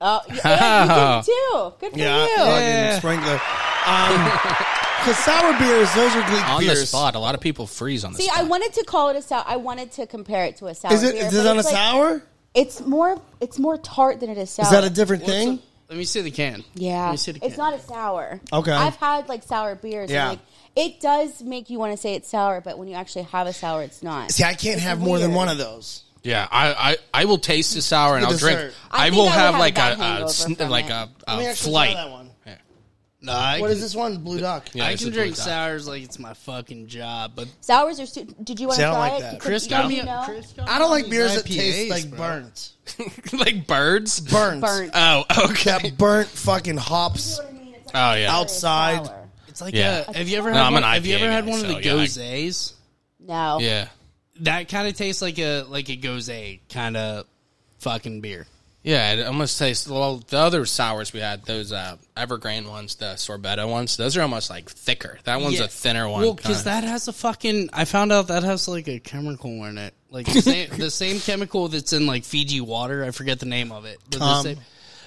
Oh, you, and you did it too. Good for Yeah, you. fucking sprinkler. Um, Because sour beers, those are Greek on beers. the spot. A lot of people freeze on the See, spot. I wanted to call it a sour. I wanted to compare it to a sour. Is it? beer, Is but it on a it's like- sour? It's more. It's more tart than it is sour. Is that a different What's thing? the- let me see the can. Let Yeah, me see the can. it's not a sour. Okay. I've had like sour beers. Yeah. Yeah. And, like, it does make you want to say it's sour, but when you actually have a sour, it's not. See, I can't have more than weird. one of those. yeah, I, I, I will taste the sour and The I'll drink. dessert. I I, think I will would have have like a a, bad a, hangover sn- from like it. a, Let me a actually flight. try that one. Yeah. No, I, What is this one? Blue Duck. Yeah, I it's can a drink blue dot. sours like it's my fucking job. But Sours are. Stu- Did you want See, to try I don't like it? that. Because Chris you got know me. you know Chris got I me don't on like these beers that IPAs, taste like bro. burnt. like birds. Burnt. burnt. Oh, okay. That burnt fucking hops. Oh yeah. Outside. It's like Yeah. a, have you ever No, had I'm one, an have you IPA ever had guy, one of the so, yeah, I- gozes? No. Yeah. That kind of tastes like a like a goze kind of fucking beer. Yeah, it almost tastes well. The other sours we had, those uh, Evergreen ones, the sorbetto ones, those are almost like thicker. That one's Yeah. a thinner one. Well, because kinda. that has a fucking. I found out that has like a chemical in it, like the same, the same chemical that's in like Fiji water. I forget the name of it. But the Tom. same-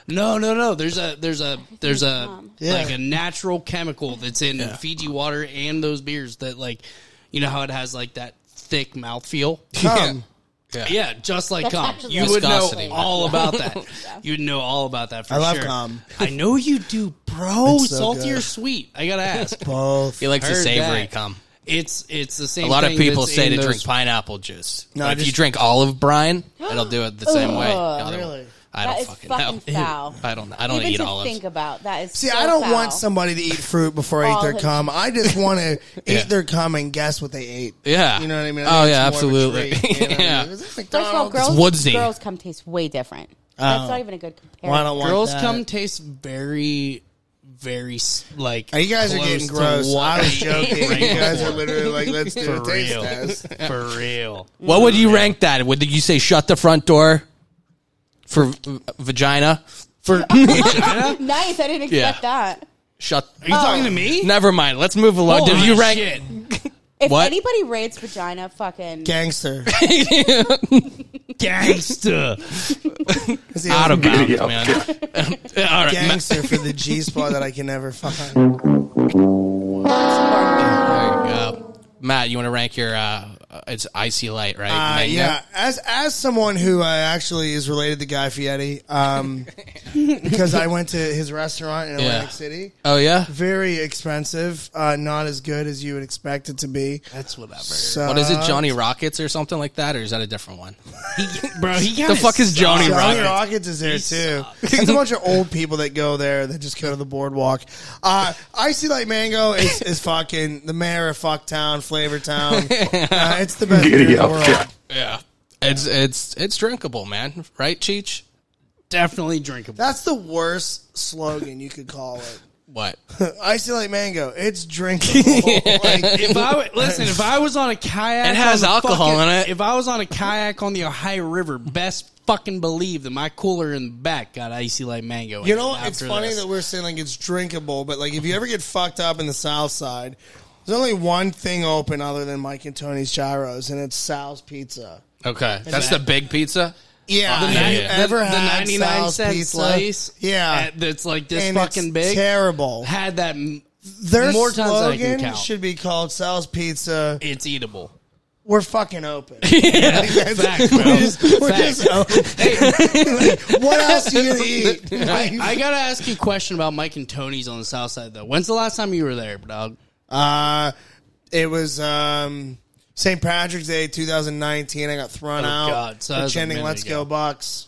no, no, no. There's a there's a there's a Yeah. like a natural chemical that's in Fiji water and those beers that like, you know how it has like that thick mouthfeel. Come. Yeah, just like That's cum. actually You would know Viscosity. all about that. You'd know all about that for I love sure. cum. I know you do, bro. It's so Salty good. or sweet? I gotta ask. Both. he likes the Heard savory that. cum. It's it's the same. A lot of thing people that's say in to those- drink pineapple juice. No, But I if you just- drink olive brine, it'll do it the same way. Ugh. I don't- Really? I That don't is fucking, know. fucking foul. I don't. I don't Even eat to olives. think about that is. See, so I don't foul. want somebody to eat fruit before I eat All their the- cum. I just want to Yeah. eat their cum and guess what they ate. Yeah. You know what I mean? Oh, I think yeah, it's more of a absolutely. treat, you know what I mean? Yeah. Is this First of all, McDonald's? girls, woodsy. girls come taste way different. Oh. That's not even a good comparison. Well, I don't want Girls that. come taste very, very s- like. Hey, you guys are close getting to gross. what I was they joking. rank you guys for. are literally like, let's do for a taste real, test. for real. What would you rank that? Would you say shut the front door for v- vagina? For nice. I didn't Yeah. expect that. shut. Are you talking to me? Oh, Never mind. Let's move along. Holy Did you rank? shit. If What? anybody rates vagina, fucking. Gangster. gangsta? Is the Out of only bounds, man. All right, Ma- Gangster for the G spot that I can never find. There you go. uh, Matt, you want to rank your? Uh, it's icy light, right? Uh, Mango? yeah, as as someone who uh, actually is related to Guy Fieri, um, because I went to his restaurant in Atlantic City. Oh yeah. Very expensive, uh, not as good as you would expect it to be. That's whatever, So, What is it, Johnny Rockets or something like that, or is that a different one? bro. He The kinda fuck is sucks. Johnny Johnny Rockets? Rockets, is there too. There's a bunch of old people that go there that just go to the boardwalk. Uh, Icy Light Mango is, is fucking the mayor of Fucktown, Flavortown. Uh, it's the best beer in the world. Yeah, it's it's it's drinkable, man. Right, Cheech? Definitely drinkable. That's the worst slogan you could call it. What? Icy Light Mango, it's drinkable. Like, If I w- listen, if I was on a kayak, It has on the alcohol fucking- in it. If I was on a kayak on the Ohio River, best fucking believe that my cooler in the back got icy like mango. in You it know, it's after funny this. that we're saying like it's drinkable, but like if you ever get fucked up in the South Side, there's only one thing open other than Mike and Tony's gyros, and it's Sal's Pizza. Okay, that's the big pizza. Yeah, the, have nine- uh, you yeah. ever the, had 99 Sal's cent Pizza? slice Yeah, at- that's like this And fucking it's big terrible. had that m- Their more times than I slogan can count. should be called Sal's Pizza. it's eatable We're fucking open. Fact, bro. We're Fact. just open. Like, what else are you gonna eat? I gotta ask you a question about Mike and Tony's on the south side though when's the last time you were there dog Uh, it was um, St. Patrick's Day 2019. I got thrown Oh, out God. So that for was a chanting minute "Let's ago. Uh, Go Bucks."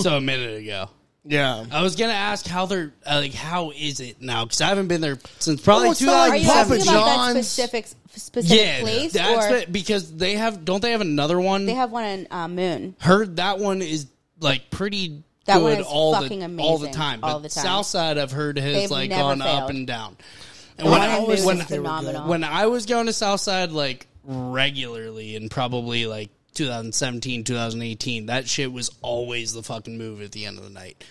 so a minute ago Yeah, I was gonna ask how they're uh, like how is it now because I haven't been there since Oh, probably it's not like Are you 2007 Papa talking about that John's. specific specific yeah place, that's or what- because they have don't they have another one they have one in uh, Moon? heard that one is like pretty That good one is all fucking the amazing all the time. all but the time. Southside, I've heard has They've like never gone up failed. and down. And The when one I in always Moon when, is phenomenal. when I was going to Southside like regularly and probably like 2017, 2018, that shit was always the fucking move at the end of the night.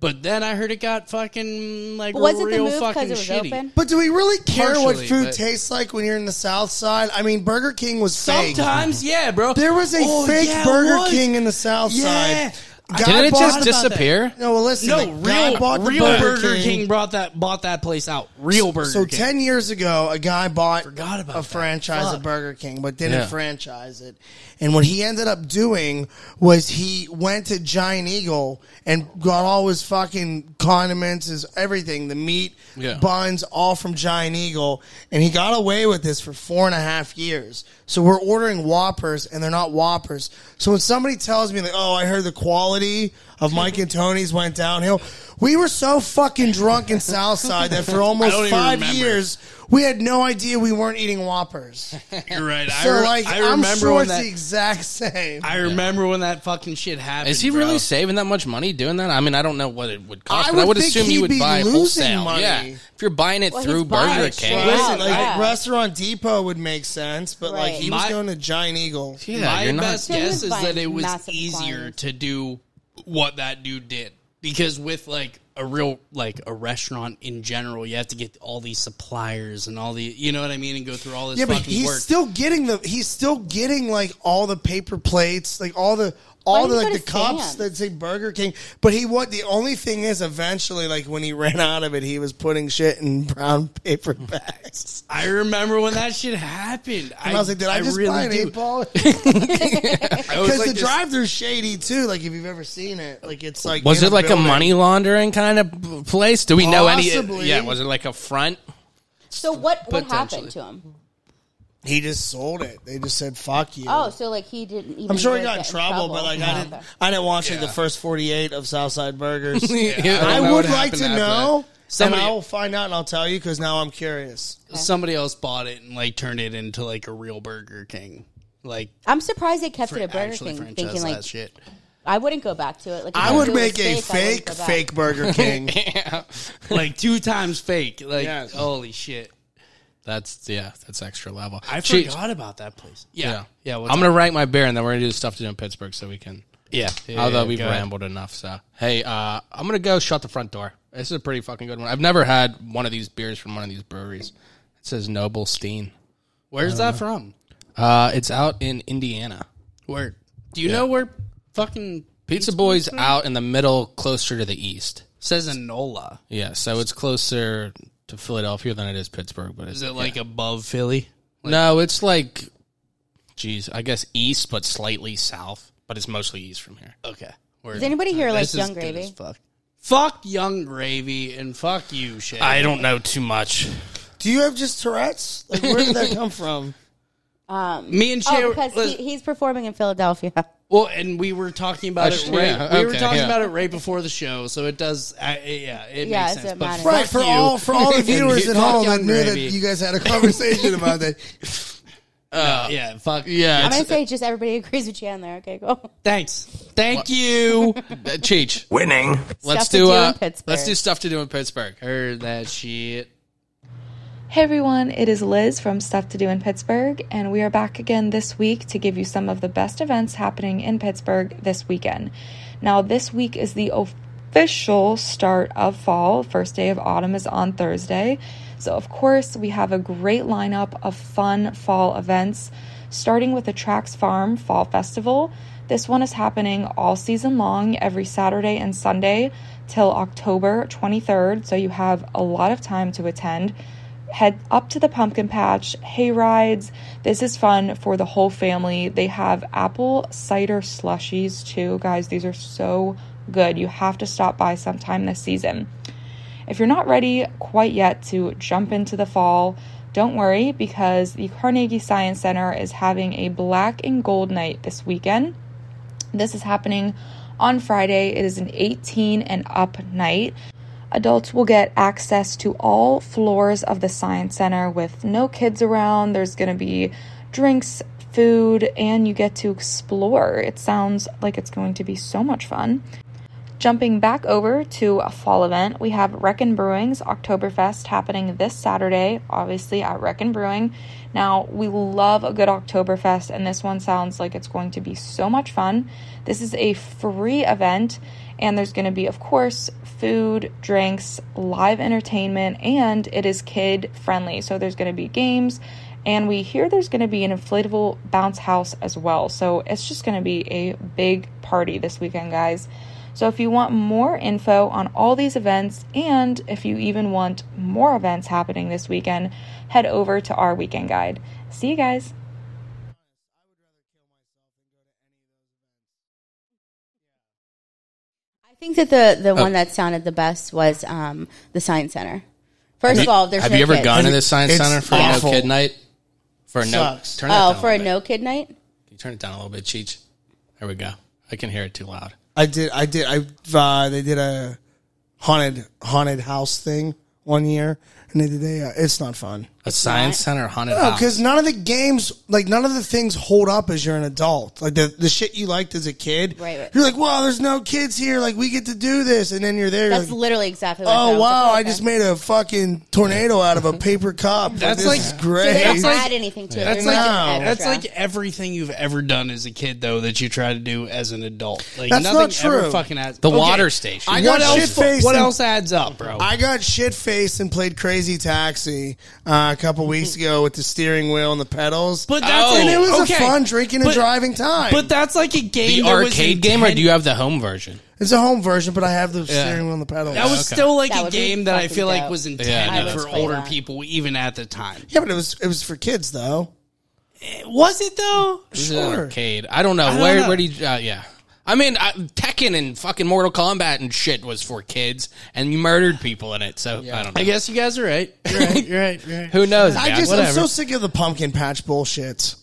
But then I heard it got fucking like was it the real move fucking because it was shitty. open? but do we really care what Partially, food but- tastes like when you're in the South Side? I mean, Burger King was fake. Sometimes, yeah, bro. There was a Oh, fake yeah, it Burger was. King in the South Yeah. Side. I Didn't it bought- just about disappear? No, well, listen. No, the guy real bought the real Burger, King. brought that bought that place out. Real Burger So King. ten years ago, a guy bought Forgot about a that. franchise Fuck. of Burger King, but didn't Yeah. franchise it. And what he ended up doing was he went to Giant Eagle and got all his fucking condiments, his everything, the meat, Yeah. buns, all from Giant Eagle, and he got away with this for four and a half years. So we're ordering Whoppers, and they're not Whoppers. So when somebody tells me like, "Oh, I heard the quality of Mike and Tony's went downhill," we were so fucking drunk in Southside that for almost I don't almost even five remember. years, we had no idea we weren't eating Whoppers. You're right. I, So, re- like, I I am remember sure when it's that. the exact same. I remember when that fucking shit happened. Is he bro. really saving that much money doing that? I mean, I don't know what it would cost, I but I would would think assume you he'd would be buy losing wholesale. money. Yeah, if you're buying it Well, he's through buying Burger it, King. right? Listen, like Yeah. Restaurant Depot would make sense, but like Right. he was My- going to Giant Eagle. Yeah, My you're not. best They guess live is by that it was massive easier clients. to do what that dude did because with like a real like a restaurant in general, you have to get all these suppliers and all the you know what I mean, and go through all this Yeah, but fucking he's work. still getting the he's still getting like all the paper plates, like all the Why all the didn't he go like the to cups Sam's? that say Burger King. But he what the only thing is eventually like when he ran out of it, he was putting shit in brown paper bags. I remember when that shit happened. And I, was like, did I, just really buy an do. eight ball? I was Because like the this- drive-through's shady too. Like if you've ever seen it, like it's like Was in it like a building. money laundering kind of place? Do we know any? Possibly. Yeah, was it like a front? So what what Potentially. happened to him? He just sold it. They just said fuck you. Oh, so like he didn't. even I'm sure he really got in get trouble, but like I didn't. I didn't watch like the first 48 of Southside Burgers. Yeah, I, don't know what would like happened to after know. Somebody- and I'll find out and I'll tell you because now I'm curious. somebody else bought it and like turned it into like a real Burger King, like I'm surprised they kept for it at Burger actually King, franchise thinking like that shit. I wouldn't go back to it. Like if I would knew it make was a I wouldn't fake, go back. fake Burger King. like two times fake. Like Yes. holy shit. That's yeah, that's extra level. I Cheech, forgot about that place. Yeah, Yeah. Yeah. what's I'm up? gonna rank my beer, and then we're gonna do the stuff to do in Pittsburgh, so we can. Yeah. yeah, Although yeah, we've go ahead. rambled enough, so hey, uh, I'm gonna go shut the front door. This is a pretty fucking good one. I've never had one of these beers from one of these breweries. It says Noble Steen. Where's that from? Uh, it's out in Indiana. Where? Do you know where fucking Pizza Boy's out in the middle, closer to the east. says Enola? Yeah, so it's closer to Philadelphia than it is Pittsburgh. But it's, Is it like above Philly? no, it's like, geez, I guess east, but slightly south. But it's mostly east from here. Okay. Where? Does anybody here like This is Young good as Gravy? Fuck. Fuck Young Gravy and fuck you, Shay. I don't know too much. Do you have just Tourette's? Like where did that come from? Me and Shay. Oh, were- because listen- he, he's performing in Philadelphia. well, and we were talking about Oh, it. sh- Right, yeah, we were okay, talking yeah. about it right before the show, so it does. I, yeah, it Yeah, makes it sense. doesn't But matter. Right fuck for you. all for all the viewers at Fuck home that Young knew that Gravy. you guys had a conversation about that. Uh, yeah, fuck. Yeah, I'm gonna say just everybody agrees with Chandler. Okay, cool. Thanks. Thank you. Cheech. Winning. Let's Stuff to do, do in uh, Pittsburgh. let's do stuff to do in Pittsburgh. Heard that shit. Hey everyone, it is Liz from Stuff to Do in Pittsburgh, and we are back again this week to give you some of the best events happening in Pittsburgh this weekend. Now, this week is the official start of fall. First day of autumn is on Thursday. So, of course, we have a great lineup of fun fall events, starting with the Trax Farm Fall Festival. This one is happening all season long, every Saturday and Sunday till October 23rd, so you have a lot of time to attend head up to the pumpkin patch hay rides this is fun for the whole family they have apple cider slushies too guys these are so good you have to stop by sometime this season if you're not ready quite yet to jump into the fall, don't worry because the Carnegie Science Center is having a black and gold night this weekend. This is happening on Friday. It is an 18 and up night. Adults will get access to all floors of the Science Center with no kids around. There's going to be drinks, food, and you get to explore. It sounds like it's going to be so much fun. Jumping back over to a fall event, we have Reckon Brewing's Oktoberfest happening this Saturday, obviously at Reckon Brewing. Now, we love a good Oktoberfest, and this one sounds like it's going to be so much fun. This is a free event, and there's going to be, of course, food, drinks, live entertainment, and it is kid friendly. So, there's going to be games And we hear there's going to be an inflatable bounce house as well. So it's just going to be a big party this weekend, guys. So if you want more info on all these events, and if you even want more events happening this weekend, head over to our weekend guide. See you guys. I think that the the Oh. one that sounded the best was um, the Science Center. First of all, there's Have no you ever kids. gone to the science It's center for awful. a no kid night? For a no, Sucks. turn that Oh, down for a little no kid night. bit. Can you turn it down a little bit, Cheech. There we go. I can hear it too loud. I did. I did. I uh, they did a haunted haunted house thing one year, and they did a. Uh, it's not fun. A science center haunted No, house. because none of the games, like none of the things, hold up as you're an adult. Like the, the shit you liked as a kid, Right, right. You're like, wow, there's no kids here. Like we get to do this, and then you're there. you're That's like, literally exactly. what oh was wow, like, I okay. just made a fucking tornado out of a paper cup. That's this like- is So they great. don't That's like- add anything to it. That's They're like not No. extra. that's like everything you've ever done as a kid, though, that you try to do as an adult. Like That's nothing not true. ever fucking adds. The water station. I got what else? shit-faced What and- else adds up, bro? I got shit faced and played Crazy Taxi uh, a couple Mm-hmm. weeks ago with the steering wheel and the pedals. but that's Oh. and it was okay. a fun drinking and But- driving time. But that's like a game. the that was arcade game, or intended- do you have the home version? it's a home version, but I have the steering wheel and the pedals. That was still like That a would be game that I fucking feel like dope. was I intended would for play older that. people, even at the time. yeah, but it was it was for kids though. Eh, Was it though? This is an Sure. arcade. I don't know don't where. know. Where do you? Uh, yeah. I mean, I, Tekken and fucking Mortal Kombat and shit was for kids, and you murdered people in it. So I don't know. I guess you guys are right. You're right. You're right. You're right. Who knows? I man? just I'm Whatever. so sick of the pumpkin patch bullshit.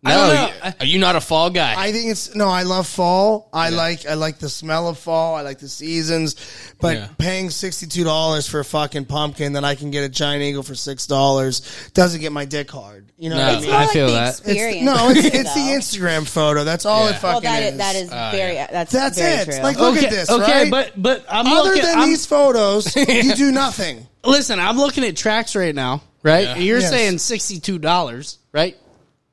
no, don't know. you- are you not a fall guy? I think it's no. I love fall. I like I like the smell of fall. I like the seasons. But Yeah. paying sixty two dollars for a fucking pumpkin that I can get a giant eagle for six dollars doesn't get my dick hard. You know No. what I It's mean? It's more I like feel the that. It's the- It's the- Experience no, it's, it's the though. Instagram photo. That's all it Yeah. fucking Well, that is. is, that is very that's That's very it. True. Like, look at this, right? but but I'm Other looking, than I'm- these photos, you do nothing. listen, I'm looking at tracks right now, right? Yeah. And You're Yes. saying sixty two dollars, right?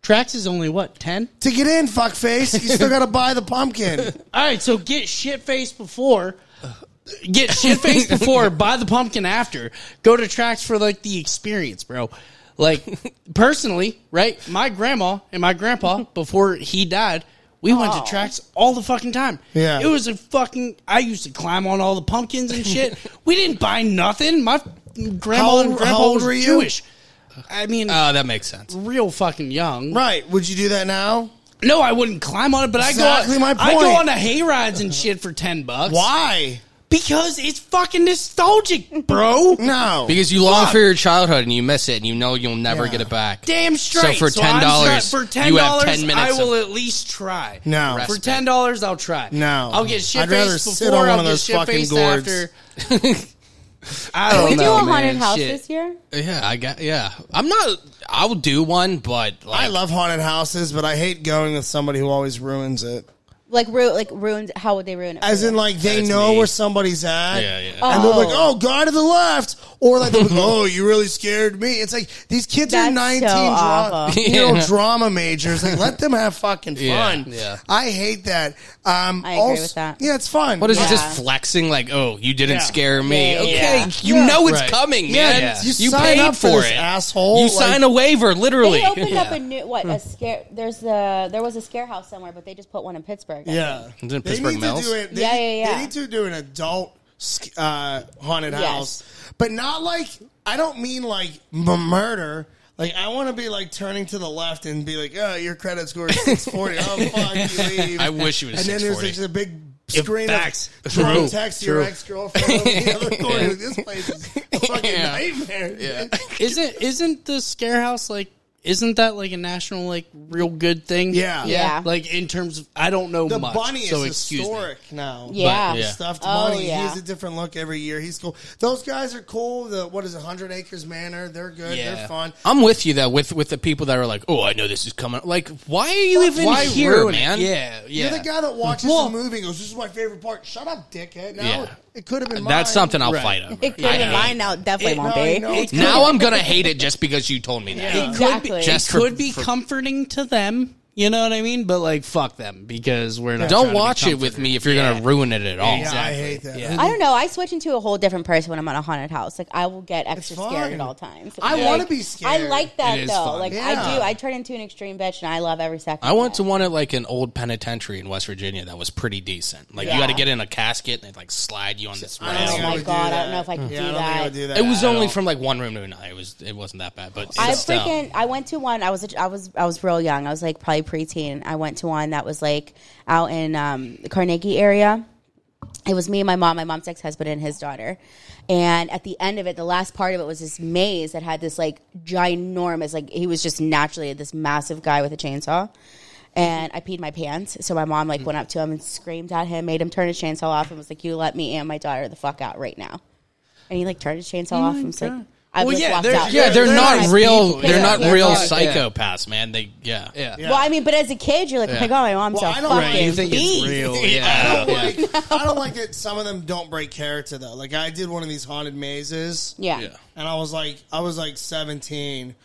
Tracks is only what ten. To get in, fuckface, you still got to buy the pumpkin. All right, so get shit faced before. Get shit faced before, buy the pumpkin after. Go to tracks for like the experience, bro. Like personally, right? My grandma and my grandpa before he died, we went to tracks all the fucking time. Yeah. It was a fucking I used to climb on all the pumpkins and shit. we didn't buy nothing. My grandma How old- and how grandpa old was were you? Uh, Jewish. I mean, oh, that makes sense. real fucking young. right? Would you do that now? No, I wouldn't climb on it, but Exactly I go my on, I go point. on to hay rides and shit for 10 bucks. Why? Because it's fucking nostalgic, bro. No. Because you long for your childhood and you miss it, and you know you'll never get it back. Damn straight. for I'm $10, stra- for ten you have dollars, 10 minutes I will of- at least try. No. for Respite. ten dollars, I'll try. No. I'll get shit I'd rather faced sit before. on one I'll of get those shit fucking faced gourds. after. I don't Can we do know, a Oh, man. haunted house Shit. this year? Yeah, I got. Yeah, I'm not. I'll do one, but like, I love haunted houses, but I hate going with somebody who always ruins it. Like ru- like ruined. How would they ruin it? for As you? in, like they That's know me. where somebody's at, Yeah, yeah. and they're like, Oh. "Oh, guy to the left," or like, they're like, "Oh, you really scared me." It's like these kids That's are so nineteen, dra- awful. you know, Yeah. drama majors. Like, let them have fucking Yeah, fun. yeah. I hate that. Um, I agree also, with that. Yeah, it's fun. What is it? Yeah. Just flexing? Like, oh, you didn't scare me. Yeah, yeah, okay, yeah. you know it's Right. coming, Yeah, man. you sign up for this, asshole. You Like- sign a waiver, literally. They opened up a new what a scare. There's the there was a scare house somewhere, but they just put one in Pittsburgh. I Yeah, Is it Pittsburgh need Mills? to do it. They, Yeah, yeah, yeah. They need to do an adult sc- uh, haunted Yes. house, but not like I don't mean like m- murder. Like I want to be like turning to the left and be like, "Oh, your credit score is 640. oh fuck, you leave." I wish it was And then there's like 640. just a big screen facts. of drunk True, text to your true. ex girlfriend over the other corner. This place is a fucking Yeah. nightmare. Yeah. Isn't isn't the scare house like? Isn't that like a national like real good thing? Yeah. Yeah. Like in terms of, I don't know The much. bunny is so excuse me. historic now. Yeah. But, yeah. stuffed Oh, money. yeah. He has a different look every year. He's cool. Those guys are cool. The what is it, Hundred Acres Manor? They're good. They're Yeah. fun. I'm with you though. With with the people that are like, oh, I know this is coming. Like, why are you even Why here, ruin it? man? Yeah, yeah. You're the guy that watches Well- the movie and goes, "This is my favorite part." Shut up, dickhead. Now Yeah. it could have been. mine. That's something I'll Right. fight over. It could I have hate mine now. Definitely It- won't No, be. I know it's Now I'm gonna hate it just because you told me that. It Exactly. could be, Just it for- could be for- comforting to them. You know what I mean? But like, fuck them because we're not. trying Don't to be watch it with comforted. me if you're going to ruin it at all. Yeah, I hate that. Yeah. I don't know. I switch into a whole different person when I'm on a haunted house. Like I will get extra fun. scared at all times. I Like, wanna be scared. I like that It is though. fun. Like I Yeah. do. I turn into an extreme bitch, and I love every second. I of went it. to one at like an old penitentiary in West Virginia that was pretty decent. Like you Yeah. had to get in a casket and they'd like slide you on this I don't Oh think rail. I my would do God, I that. don't know if I could yeah, do I don't think I that. would do that. It was at only all. from like one room to another. It was it wasn't that bad, but I it's still- freaking I went to one. I was I was I was real young. I was like probably preteen. I went to one that was like out in um, the Carnegie area. It was me and my mom, my mom's ex husband, and his daughter. And at the end of it, the last part of it was this maze that had this like ginormous, like he was just naturally this massive guy with a chainsaw. And I peed my pants, so my mom like went up to him and screamed at him, made him turn his chainsaw off, and was like, "You let me and my daughter the fuck out right now." And he like turned his Oh chainsaw off and was like, "I Well, like, yeah, walked there's- out." yeah, they're, They're not nice real. people. They're Yeah, not they're real not- psychopaths, man. They yeah. Yeah. Well, I mean, but as a kid, you're like, oh my god, my mom's Well, a I fucking don't- Right, you think beast. it's real? I Oh Yeah. don't, like, I don't like that some of them don't break character though. Like I did one of these haunted mazes. Yeah. And I was like I was like 17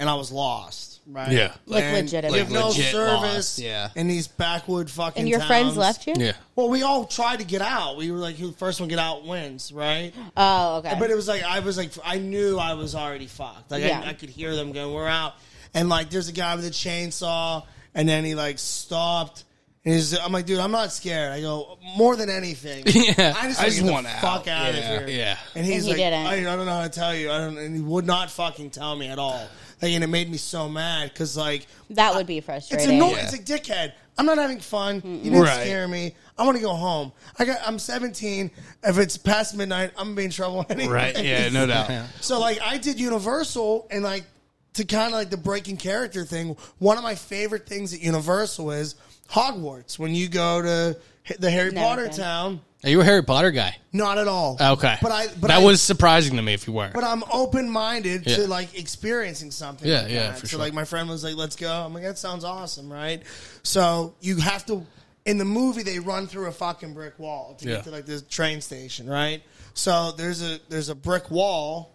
and I was lost, right? Yeah. Like, And legit. You have no Legit service lost, yeah. in these backwood fucking And your friends towns. left you? yeah. Well, we all tried to get out. We were like who the first one get out wins, right? Oh, okay. But it was like I was like I knew I was already fucked. Like Yeah. I, I could hear them going, "We're out," and like there's a guy with a chainsaw, and then he like stopped. And he's, I'm like, dude, I'm not scared. I go more than anything. Yeah. I just, I wanna just get the want out. fuck out Yeah. of here. Yeah. And he's And he like, didn't. I, I don't know how to tell you. I don't. And he would not fucking tell me at all. Like, and it made me so mad because like that would be it's frustrating. annoying. It's like dickhead. I'm not having fun. You didn't Right. scare me. I want to go home. I got. I'm 17. If it's past midnight, I'm gonna be in trouble anyway. Right. Yeah. No doubt. So like I did Universal and like to kind of like the breaking character thing. One of my favorite things at Universal is Hogwarts. When you go to h- the Harry Never Potter been. town, Are you a Harry Potter guy? not at all. Okay. but I but that I, was surprising to me if you were. But I'm open minded Yeah. to like experiencing something. Yeah, like yeah, that. for so sure. like my friend was like, "Let's go." I'm like, "That sounds awesome, right?" So you have to. In the movie, they run through a fucking brick wall to Yeah. get to like this train station, right? So there's a there's a brick wall,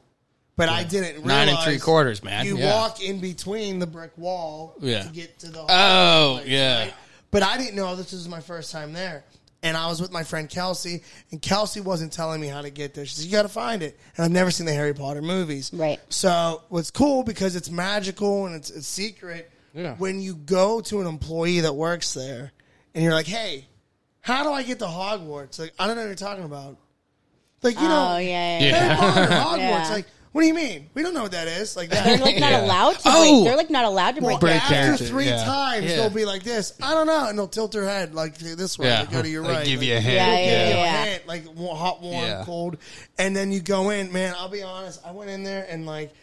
but I didn't realize Nine and three quarters, man. You Yeah. walk in between the brick wall Yeah. to get to the Oh, yeah. but I didn't know this was my first time there. And I was with my friend Kelsey, and Kelsey wasn't telling me how to get there. She said, You got to find it. And I've never seen the Harry Potter movies. Right. So, what's cool because it's magical and it's a secret. Yeah. When you go to an employee that works there and you're like, Hey, how do I get to Hogwarts? Like, I don't know what you're talking about. Like, you know, oh, yeah, yeah. yeah. Yeah. Harry Potter, Hogwarts. Yeah. Like, what do you mean? We don't know what that is. Like, that. They're like not Yeah. allowed to Oh! break. They're like not allowed to break. Well, that. after character, three yeah. times, Yeah. they'll be like this. I don't know, and they'll tilt their head like this way. yeah. Like, go to your They right. give like, you a hint. Yeah, yeah, give you a yeah. hint, like wa- hot, warm, Yeah. cold, and then you go in. Man, I'll be honest. I went in there and like,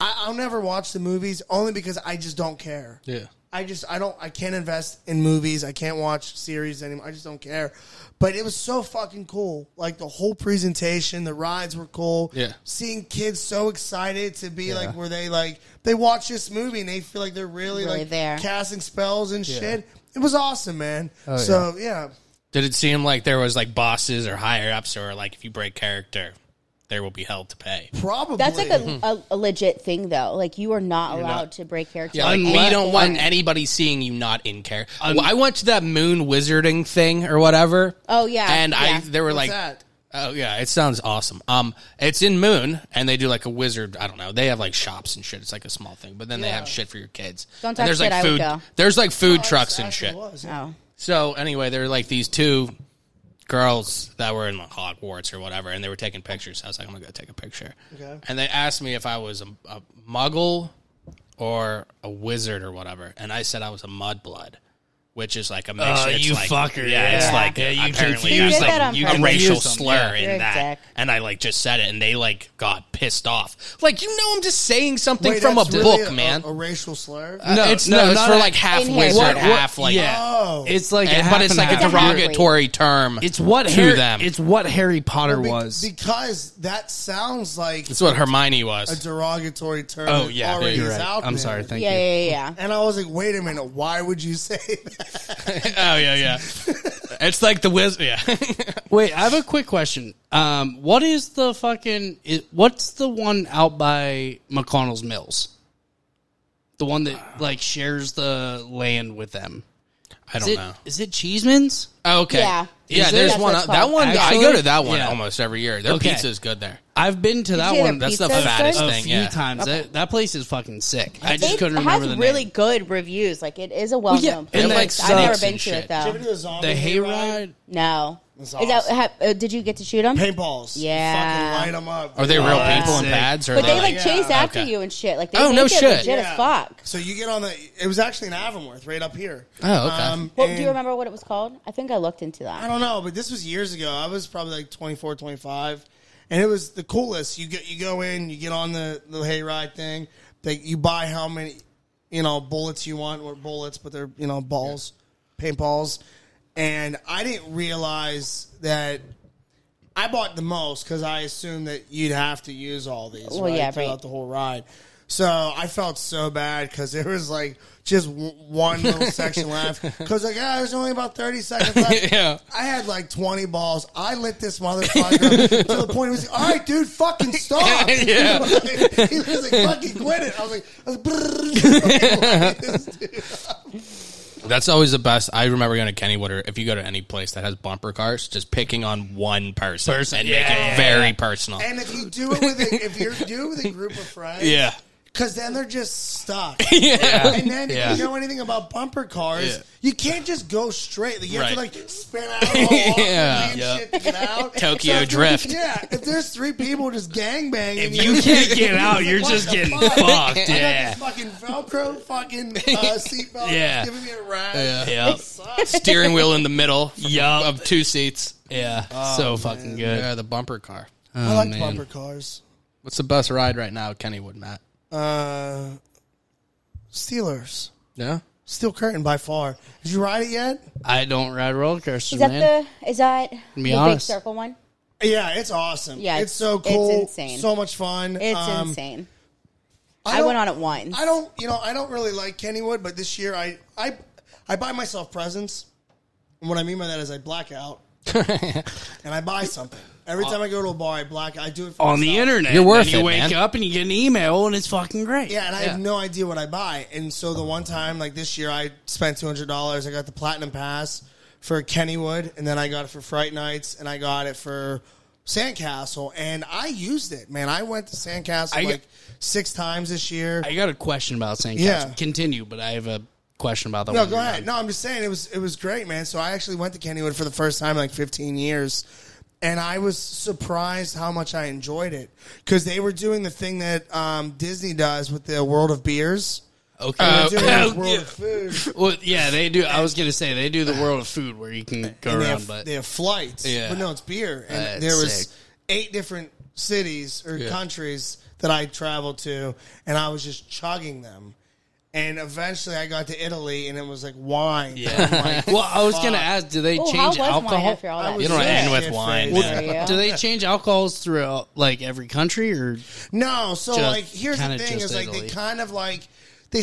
I, I'll never watch the movies only because I just don't care. Yeah. I just I don't I can't invest in movies. I can't watch series anymore. I just don't care. But it was so fucking cool. Like the whole presentation, the rides were cool. Yeah. Seeing kids so excited to be like where they like they watch this movie and they feel like they're really, Really like there. casting spells and shit. It was awesome, man. so yeah. Did it seem like there was like bosses or higher ups or like if you break character, there will be hell to pay? Probably That's like a, a, a legit thing, though. Like you are not allowed to break character. Yeah, like Unless- we don't want anybody seeing you not in character. I went to that moon wizarding thing or whatever. Oh, yeah, and I yeah. there were like, that? oh yeah, it sounds awesome. Um, it's in Moon, and they do like a wizard. I don't know. They have like shops and shit. It's like a small thing, but then they have shit for your kids. Don't And talk there's like shit, I would food. go. There's like food trucks and Oh, Actually shit. was. Oh. So anyway, there were like these two girls that were in like, Hogwarts or whatever, and they were taking pictures. I was like, I'm gonna go take a picture. Okay. And they asked me if I was a, a muggle or a wizard or whatever, and I said I was a mudblood. Which is like a mix. Oh, it's you like, fucker, Yeah, yeah. it's like Yeah, you apparently confused there's them. You did like that a on purpose. racial Confused them, slur yeah. in You're a that, dick. and I like just said it, and they like got pissed off. Like you know, I'm just saying something Wait, from a that's really book, man. A, a racial slur. no, No, it's no, no, it's not for a- like half in here. wizard, What- what- half like yeah. Oh. It's like, a and- half but it's and like a half. derogatory- derogatory term. It's what to Harry, them. It's what Harry Potter Be- was. because that sounds like It's what Hermione a was. derogatory term. oh that yeah, already you're is right. out I'm there. sorry. Thank Yeah, you. yeah, yeah, yeah. And I was like, wait a minute, why would you say that? oh yeah, yeah. it's like the wizard. Yeah, Wait, I have a quick question. Um, what is the fucking? i- What's the one out by McConnell's Mills? The one that like shares the land with them. I Is don't it, know. is it Cheeseman's? Oh, okay. Yeah. Yeah, Is there's it? one. That's what That it's one, I called. go to that one Yeah. almost every year. Their Okay. pizza is good there. I've been to that say one. their That's the Pizza's fattest good? a thing. few yeah. times. That, that place is fucking sick. I It just couldn't has remember the really name. good reviews. Like it is a well known yeah, and place. they like I've never sucks been and to it shit. Did you ever do though. the zombie The hayride? hayride. No. It's Is that, awesome. ha, uh, did you get to shoot them? Paintballs. Yeah. Fucking light them up. Are they real that's people in sick. pads? Or are But they like Yeah. chase after Okay. you and shit. Like they Oh, make no it shit. legit as Yeah. fuck. So you get on the. It was actually in Avonworth, right up here. Um, Oh, okay. What, do and- you remember what it was called? I think I looked into I that. don't know, but this was years ago. I was probably like 24, 25. And it was the coolest. You get you go in, you get on the, the hayride thing. They, you buy how many, you know, bullets you want, or bullets, but they're, you know, balls, paintballs. And I didn't realize that I bought the most because I assumed that you'd have to use all these Well, right, yeah, throughout right. the whole ride. So I felt so bad because there was like just w- one little section left. Because like, ah, there's only about thirty seconds left. Yeah. I had like twenty balls. I lit this motherfucker up to the point he was like, "All right, dude, fucking stop." Yeah. he was like, "Fucking quit it." I was like, I was like, this dude. That's always the best. I remember going to Kennywood, or if you go to any place that has bumper cars, just picking on one person, Person, and yeah, make it yeah, very yeah. personal. And if you do it with a, if you're doing it with a group of friends, yeah. Because then they're just stuck. Yeah. And then Yeah. if you know anything about bumper cars, Yeah. you can't just go straight. You have to Right. like spin out all yeah. Yeah. and Yep. shit to get out. Tokyo if- Drift. Yeah. If there's three people just gangbang, If you can't get out, you're just getting fucked. Yeah. I got this fucking Velcro fucking uh, seatbelt Yeah. giving me a ride. Yeah. Sucks. Steering wheel in the middle Yup. of two seats. Oh, Yeah. so fucking good. Yeah, the bumper car. I Oh, like bumper cars. What's the best ride right now, at Kennywood, Matt? Uh, Steelers. Yeah. Steel Curtain by far. Did you ride it yet? I don't ride roller coasters, Is that man. the is that the big honest. circle one? Yeah, it's awesome. Yeah, it's so it's cool. insane. So much fun. It's Um, insane. I, I, don't- went on it once. I don't, you know, I don't really like Kennywood, but this year I, I, I buy myself presents, and what I mean by that is I black out, and I buy something every time I go to a bar. I black. I do it for Uh, on the myself. internet. You're worth and you it, wake man. up and you get an email and it's fucking great. Yeah, and I have no idea what I buy. And so the one time, like this year, I spent two hundred dollars. I got the platinum pass for Kennywood, and then I got it for Fright Nights, and I got it for Sandcastle, and I used it. Man, I went to Sandcastle I got- like six times this year. I got a question about St. Yeah. Yeah. Continue, but I have a question about that No, one. go ahead. No, I'm just saying it was it was great, man. So I actually went to Kennywood for the first time in like 15 years, and I was surprised how much I enjoyed it because they were doing the thing that um, Disney does with the World of Beers. Okay. They're doing it with Uh, yeah. World of Food. Well, yeah, they do. I was gonna say they do the world of food where you can go And they, around, have, but they have flights, Yeah. but no, it's beer. And That's there was sick. eight different cities or countries that I traveled to, and I was just chugging them. And eventually, I got to Italy, and it was like wine. yeah. well, I was gonna ask, do they Oh, how was change wine alcohol? after all I that? was You don't Yeah. end with Shit wine. face. man. Yeah. Do they change alcohols throughout like every country or No, so Just- like here's the kinda thing just is like they Italy. kind of like they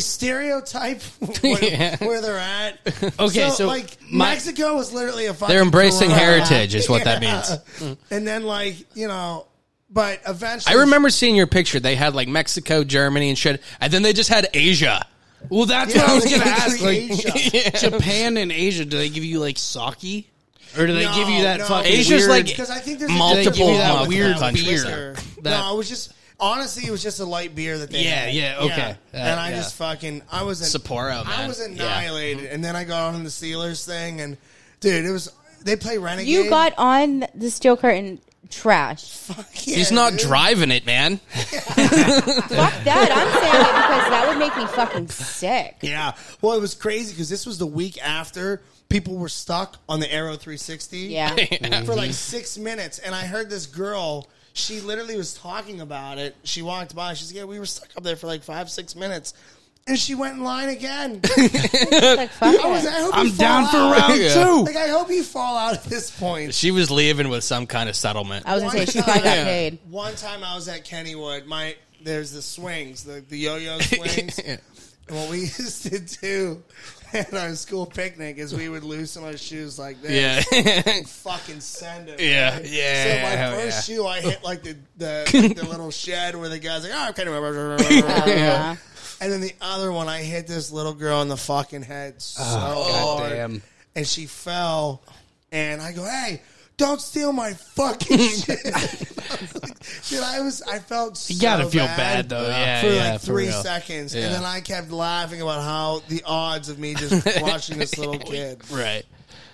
stereotype where, where they're at. Okay, so like my- Mexico is literally a fucking They're embracing pariah. heritage, is what that means. Yeah. And then like you know, but I eventually remember seeing your picture. They had like Mexico, Germany, and shit, and then they just had Asia. Well, that's Yeah, what I was like, gonna like ask. Asia. Like Japan and Asia, do they give you like sake, or do they No, give you that no, fucking Asia's weird- like because I think there's a Multiple difference between that with weird that beer. Twister. That- No, it was just honestly, it was just a light beer that they. Yeah, had. yeah, okay. and Uh, I yeah. just fucking I was an, Sapporo, I man. was Yeah. annihilated, and then I got on the Steelers thing, and dude, it was they play Renegade. you got on the steel curtain trash. Yeah, He's not dude. driving it, man. Fuck that. I'm saying it because that would make me fucking sick. Yeah. Well, it was crazy because this was the week after people were stuck on the Arrow 360 Yeah. for like six minutes. And I heard this girl, she literally was talking about it. She walked by. She's like, Yeah, we were stuck up there for like five, six minutes. And she went in line again. Like, fuck I was, it. I hope I'm you fall down for out." round Yeah. two. Like, I hope you fall out at this point. She was leaving with some kind of settlement. I was gonna say she probably got paid. One time I was at Kennywood. My there's the swings, the, the yo-yo swings. and what we used to do at our school picnic is we would loosen our shoes like this. Yeah, And fucking send it. yeah, So my yeah. hell first yeah. shoe, I hit like the the, like, the little shed where the guy's like, oh, I'm Kennywood. Uh, And then the other one, I hit this little girl in the fucking Oh, head so hard, goddamn. and she fell. And I go, "Hey, don't steal my fucking shit." Dude, I was, I felt. You so gotta feel bad, though. Yeah, for yeah, like for three real. seconds, Yeah. and then I kept laughing about how the odds of me just crushing this little kid. Right.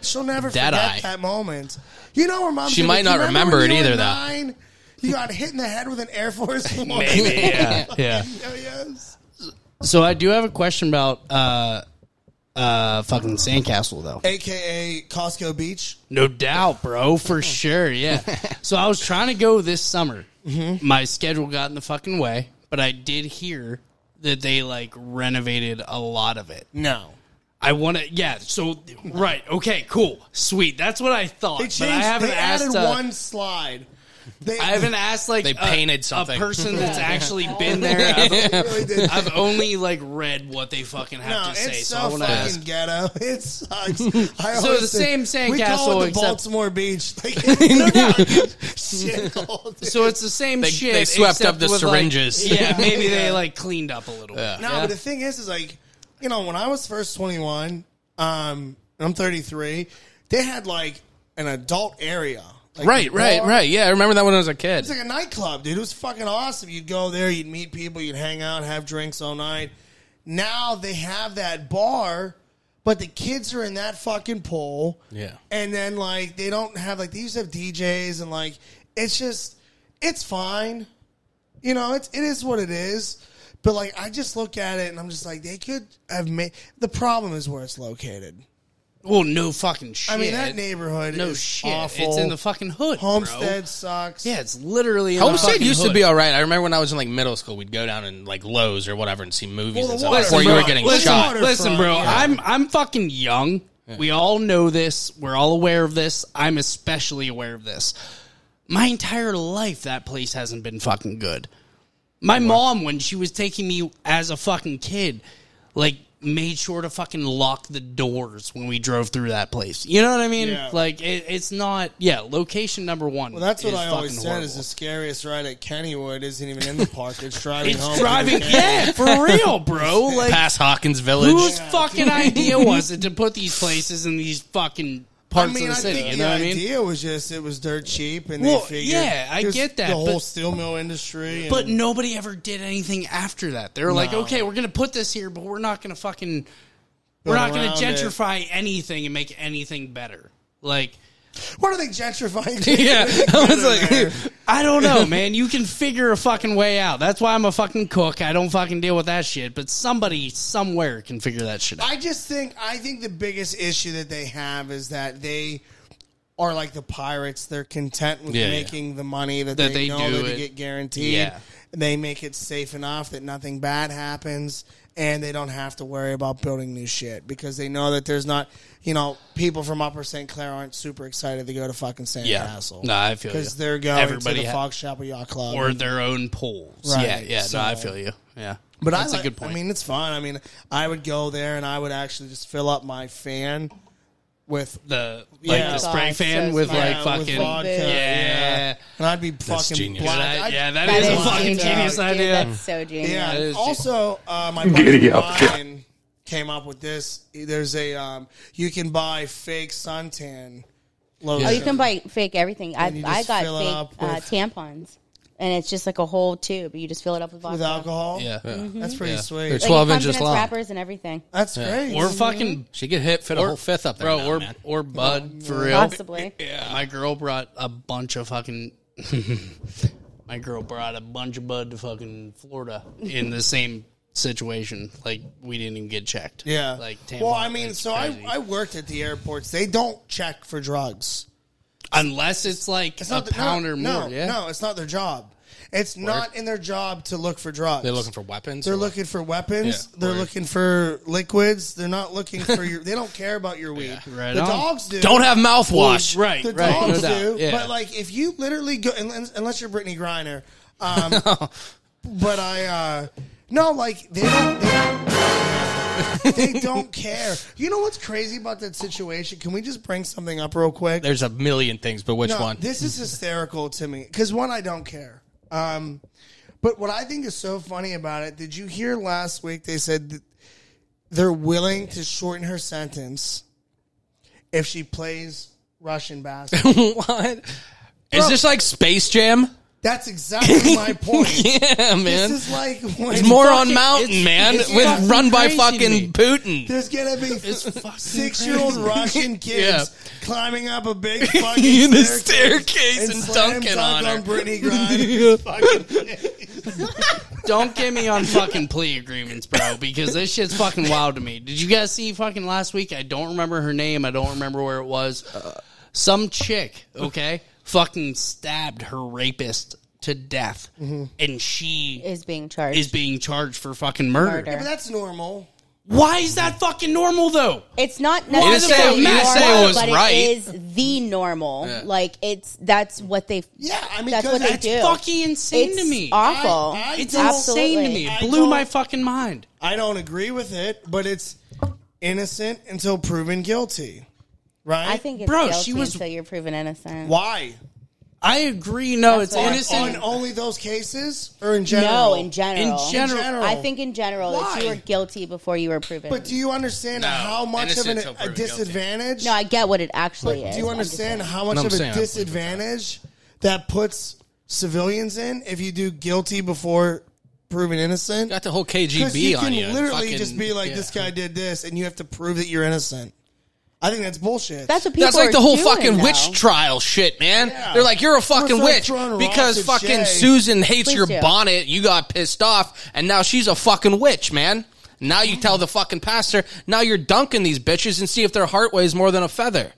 She'll never Dead forget eye. that moment. You know her mom. She might not remember it either, though. Nine, you got hit in the head with an Air Force One. yeah. yeah. Oh, yes. So I do have a question about uh uh fucking sandcastle though. AKA Costco Beach. No doubt, bro, for sure. Yeah. so I was trying to go this summer. Mm-hmm. My schedule got in the fucking way, but I did hear that they like renovated a lot of it. No. I want to, yeah. So right, okay, cool, sweet. That's what I thought. They but changed. I haven't they asked added uh, one slide. They, I haven't asked like They a- painted something. a person that's actually been there. I've, I've only like read what they fucking have No, to it's say, so so I want to fucking ask. ghetto. It sucks. I So always the say- same We call sandcastle it the except- Baltimore Beach. Like, they're not- shit cold, dude. So it's the same They- shit. they swept except up the with, like- syringes. yeah, maybe they Yeah. like cleaned up a little. bit. No, Yeah. but the thing is, is like, you know, when I was first 21, um, and I'm 33, they had like an adult area. Like Right, a right, bar. right. Yeah, I remember that when I was a kid. It's like a nightclub, dude. It was fucking awesome. You'd go there, you'd meet people, you'd hang out, have drinks all night. Now they have that bar, but the kids are in that fucking pool. Yeah. And then, like, they don't have, like, they used to have DJs, and, like, it's just, it's fine. You know, it's, it is what it is. But, like, I just look at it and I'm just like, they could have made. The problem is where it's located. Well, no fucking shit. I mean, that neighborhood No is shit. awful. It's in the fucking hood. bro. Homestead sucks. Yeah, it's literally. in the Homestead fucking used to hood. be all right. I remember when I was in like middle school, we'd go down in like Lowe's or whatever and see movies Well, and the stuff before waterfront- you were getting listen, shot. water- Listen, bro, Yeah. I'm I'm fucking young. We all know this. We're all aware of this. I'm especially aware of this. My entire life, that place hasn't been fucking good. My mom, when she was taking me as a fucking kid, like made sure to fucking lock the doors when we drove through that place. You know what I mean? Yeah. Like it, it's not. Yeah, location number one. Well, that's what is I fucking always said horrible. is the scariest ride at Kennywood isn't even in the park. It's driving home. it's driving. Yeah, for real, bro. Like Past Hawkins Village. Whose fucking idea was it to put these places in these fucking I parts mean, of the I city? think You know the what I mean? idea was just it was dirt cheap, and Well, they figured. yeah, I 'cause get that, The whole but- steel mill industry, and, But nobody ever did anything after that. They were like, okay, we're gonna put this here, but we're not gonna fucking we're not gonna around it. gentrify anything and make anything better. Like what are they gentrifying? Yeah, I was like, I don't know, man. You can figure a fucking way out. That's why I'm a fucking cook. I don't fucking deal with that shit. But somebody somewhere can figure that shit out. I just think I think the biggest issue that they have is that they are like the pirates. They're content with Yeah, yeah. making the money that, That they, they know do that it. they get guaranteed. Yeah. They make it safe enough that nothing bad happens, and they don't have to worry about building new shit because they know that there's not, you know, people from Upper St. Clair aren't super excited to go to fucking Sandcastle. No, I feel because you. they're going Everybody to the ha- Fox Chapel Yacht Club or their own pools. Right, yeah, yeah. no, I so- feel you. Yeah, But that's I a like- good point. I mean, it's fun. I mean, I would go there and I would actually just fill up my fan with the like Yeah. the spray Vodka, fan with yeah, like with fucking vodka, yeah. yeah. and I'd be fucking genius. black. That- I'd- yeah, that I'd is be a That blacked fucking out. genius dude, idea. That's so genius. Yeah. is also, uh, my buddy Brian came up with this. There's a um, you can buy fake suntan lotion. Oh, you can buy fake everything. I you I just got fill it up fake uh, with- tampons, and it's just like a whole tube. You just fill it up with vodka. with alcohol. yeah. that's pretty sweet. They're Mm-hmm. Like, it 12 comes in inches its long. Wrappers and everything. that's great. Or fucking She could hit, fit a whole fifth up there. bro, now, or man. or bud for real. Possibly. Yeah, my girl brought a bunch of fucking. my girl brought a bunch of bud to fucking Florida in the same situation. Like we didn't even get checked. yeah. like well, tampon, I mean, it's so crazy. I I worked at the airports. They don't check for drugs. unless it's like It's a not the, pound no, or no, more. yeah, no, it's not their job. It's not in their job to look for drugs. They're looking for weapons. They're or what? looking for weapons. Yeah, they're or- looking for liquids. They're not looking for your. They don't care about your weed. right the on. dogs do. Don't have mouthwash. right, the right, no dogs doubt. do. Yeah. But like, if you literally go, unless, unless you're Brittany Griner, um, but I uh, no, like they don't. They don't they don't care. You know what's crazy about that situation? Can we just bring something up real quick? There's a million things, but which No, one? This is hysterical to me because one, I don't care. Um, But what I think is so funny about it, did you hear last week they said that they're willing to shorten her sentence if she plays Russian basketball? what? Is this like Space Jam? That's exactly my point. Yeah, This man. is like when It's more on fucking- Mountain, it's- man, it's with fucking run by crazy to me. fucking Putin. There's gonna be fucking six-year-old crazy. Russian kids climbing up a big fucking In the staircase staircase and slam dunking dunk on her. on Brittany Grimes. Don't get me on fucking plea agreements, bro, because this shit's fucking wild to me. Did you guys see fucking last week? I don't remember her name. I don't remember where it was. Some chick, okay, fucking stabbed her rapist to death, and she is being charged. is being charged for fucking murder. But that's normal. Why is that fucking normal though? It's not didn't necessarily say- you didn't normal, say it was but right. it is the normal. Like it's that's what they. Yeah, I mean, That's 'cause what they that's do. Fucking insane It's to me. awful. I- I it's don't- insane to Absolutely. me. It I blew my don't- fucking mind. I don't agree with it, but it's innocent until proven guilty, right? I think it's Bro, guilty she was- until you're proven innocent. why I agree. No, That's it's what I- innocent. on only those cases or in general? No, in general. In general. I think in general that you Why? were guilty before you were proven. But do you understand No, how much of innocent an, until a proven guilty. disadvantage? no, I get what it actually is. do you I'm just understand saying. how much No, I'm of a saying I believe it. disadvantage that puts civilians in if you do guilty before proven innocent? Got the whole Because KGB you on can you. and literally fucking- just be like, yeah. "This guy did this," and you have to prove that you're innocent. I think that's bullshit. That's what people. That's like the are whole doing, fucking though. witch trial shit, man. Yeah. They're like, you're a fucking We're witch throwing rocks because at fucking Shay. Susan hates Please your do. bonnet. You got pissed off, and now she's a fucking witch, man. Now you tell the fucking pastor. Now you're dunking these bitches and see if their heart weighs more than a feather,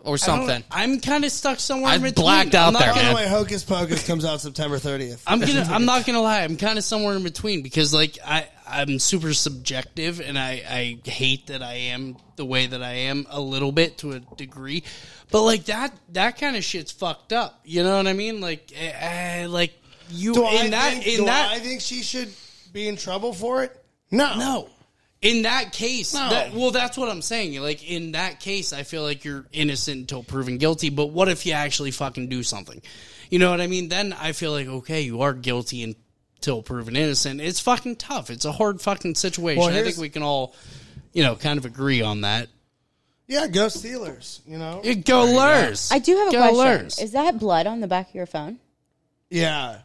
or I don't- something. I'm kind of stuck somewhere. I in between. blacked out I'm not there, gonna By man. the way, Hocus Pocus comes out September 30th. I'm gonna. I'm not gonna lie. I'm kind of somewhere in between because, like, I I'm super subjective, and I I hate that I am the way that I am a little bit to a degree, but like that that kind of shit's fucked up. You know what I mean? Like, I, I- like you Do in I that think, in do that I think she should be in trouble for it? No, no. In that case, that, well, that's what I'm saying. Like in that case, I feel like you're innocent until proven guilty. But what if you actually fucking do something? You know what I mean? Then I feel like okay, you are guilty until proven innocent. It's fucking tough. It's a hard fucking situation. Well, I here's- think we can all, you know, kind of agree on that. Yeah, go Steelers. You know. It go Lurs. I do have a Go question. Lurs. Is that blood on the back of your phone? yeah,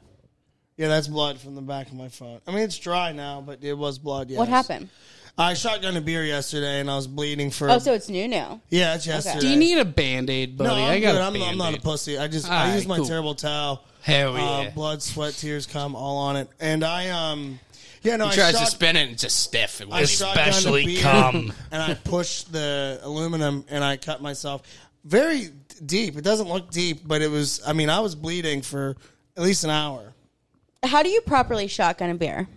yeah. That's blood from the back of my phone. I mean, it's dry now, but it was blood. Yes. What happened? I shotgunned a beer yesterday, and I was bleeding for. Oh, so it's new now. yeah, it's yesterday. do you need a band aid, buddy? No, I'm I got good. a I'm, I'm not a Band-Aid. pussy. I just All I right, use my cool. terrible towel. Hell Uh, yeah. blood, sweat, tears come all on it, and I um, yeah, no, I He tries shot- to spin it and it's just stiff. It I won't even- shotgunned a especially beer, cum. and I pushed the aluminum and I cut myself very d- deep. It doesn't look deep, but it was. I mean, I was bleeding for at least an hour. How do you properly shotgun a beer?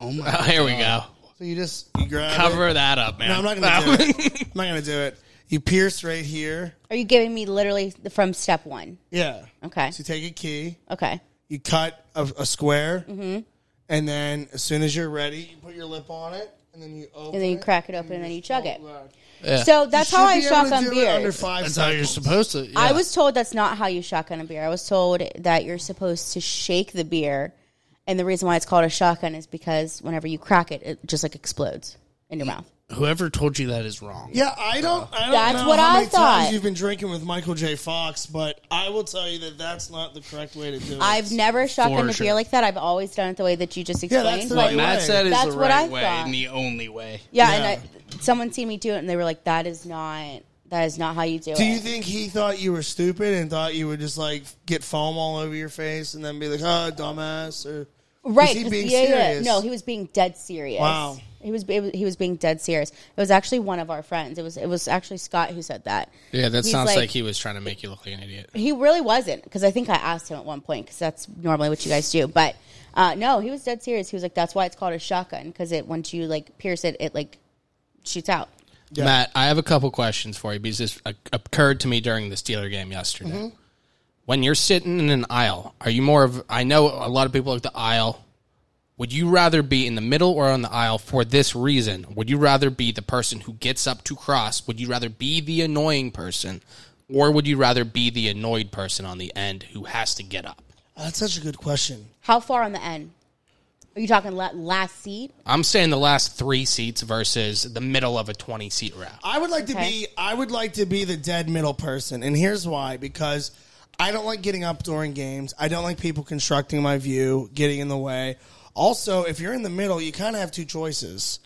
Oh my Oh, here we go. So you just you grab It. Cover that up, man. No, I'm not gonna do it. I'm not gonna do it. You pierce right here. Are you giving me literally the- from step one? Yeah. Okay. So you take a key. Okay. you cut a, a square, Mm-hmm. and then as soon as you're ready, you put your lip on it, and then you open. And then you it, crack it open and then you chug it. Look. So that's You how I should be able to shotgun do it beer. Under five That's how you're seconds. supposed to. I yeah. was told that's not how you shotgun a beer. I was told that you're supposed to shake the beer, and the reason why it's called a shotgun is because whenever you crack it, it just like explodes in your mouth. Whoever told you that is wrong. Yeah, I don't. I don't That's know what how I many thought. times you've been drinking with Michael J. Fox, but I will tell you that that's not the correct way to do it. I've never shotgun a sure. beer like that. I've always done it the way that you just that's explained. the like- right way. Matt said is That's the what I right way thought. and the only way. yeah, Yeah. and I, someone seen me do it, and they were like, "That is not. That is not how you do, Do it." you think he thought you were stupid and thought you would just like get foam all over your face and then be like, "Oh, dumbass"? Or right? Was he 'cause- being yeah, yeah, yeah. serious? No, he was being dead serious. Wow. He was, it was he was being dead serious. It was actually one of our friends. It was it was actually Scott who said that. Yeah, that He's sounds like- like he was trying to make you look like an idiot. He really wasn't because I think I asked him at one point because that's normally what you guys do. But uh, no, he was dead serious. He was like, "That's why it's called a shotgun because it once you like pierce it, it like shoots out." Matt, I have a couple questions for you because this o- occurred to me during the Steeler game yesterday. When you're sitting in an aisle, are you more of? I know a lot of people like the aisle. Would you rather be in the middle or on the aisle for this reason? Would you rather be the person who gets up to cross? Would you rather be the annoying person, or would you rather be the annoyed person on the end who has to get up? That's such a good question. How far on the end? Are you talking la- last seat? I'm saying the last three seats versus the middle of a 20 seat round. I would like to Okay. be I would like to be the dead middle person, and here's why: because I don't like getting up during games. I don't like people constructing my view, getting in the way. Also, if you're in the middle, you kind of have two choices.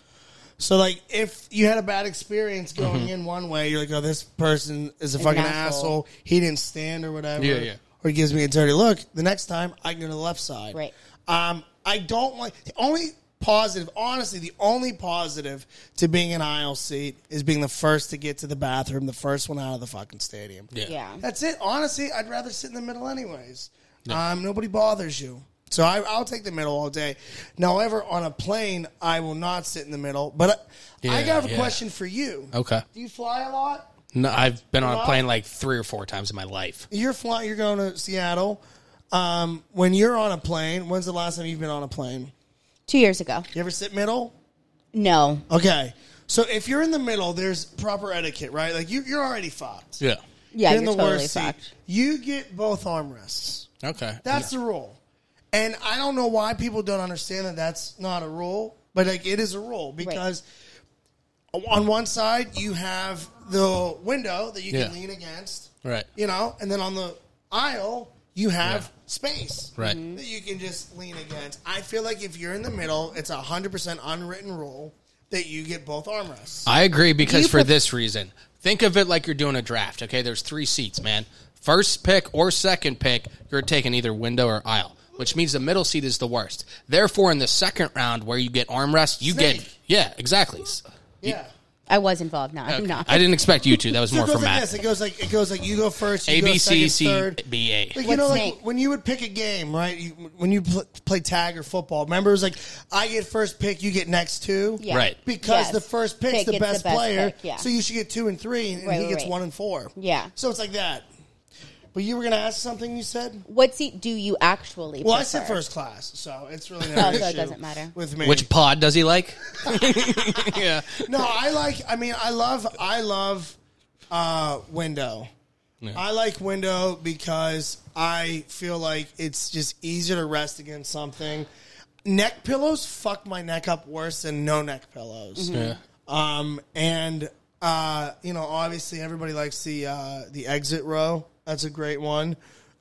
So, like, if you had a bad experience going in one way, you're like, "Oh, this person is a fucking asshole. Mm-hmm. asshole. He didn't stand or whatever." Yeah, yeah. Or he gives me a dirty look. The next time, I can go to the left side. Right. Um, I don't like the only positive. Honestly, the only positive to being an aisle seat is being the first to get to the bathroom, the first one out of the fucking stadium. Yeah. That's it. Honestly, I'd rather sit in the middle anyways. Um, nobody bothers you. So I, I'll take the middle all day. Now, however, on a plane, I will not sit in the middle. But I, I Yeah, got a yeah. Oh. question for you. Okay. Do you fly a lot? No, I've been on a plane like three or four times in my life. You're flying. You're going to Seattle. Um, when you're on a plane, when's the last time you've been on a plane? Two years ago. You ever sit middle? No. Okay. So if you're in the middle, there's proper etiquette, right? Like you, you're already fucked. Yeah. Yeah, in you're, the totally worst fucked. seat. You get both armrests. Okay. That's the rule. And I don't know why people don't understand that that's not a rule, but like it is a rule because on one side you have the window that you Yeah. can lean against, right. you know, and then on the aisle you have Yeah. space Right. Mm-hmm. that you can just lean against. I feel like if you're in the middle, it's a 100% unwritten rule that you get both armrests. I agree because You for pref- this reason, think of it like you're doing a draft. Okay, there's three seats, man. First pick or second pick, you're taking either window or aisle, which means the middle seat is the worst. Therefore, in the second round where you get armrest, you get Snake. yeah, exactly. Yeah. I was involved. No, I'm Okay. not. I didn't expect you to. That was So more it goes for like Matt. this. It goes like it goes like you go first. You A go B C second, C third. B A. Like, you know, What's like next? when you would pick a game, right? You, when you pl- play tag or football, remember it was like I get first pick, you get next two, Yeah. Right. Because Yes. the first pick's Pick the, gets best player, pick, yeah. so you should get two and three, and Right, he right, gets right. one and four. Yeah. So it's like that. But you were gonna ask something. You said. what seat do you actually? Well, I prefer? said first class, so it's really Oh, not an so it issue doesn't matter. with me. Which pod does he like? yeah. No, I like. I mean, I love. I love uh, window. I like window because I feel like it's just easier to rest against something. Neck pillows fuck my neck up worse than no neck pillows. Yeah. Um, and uh, you know, obviously, everybody likes the uh, the exit row. That's a great one.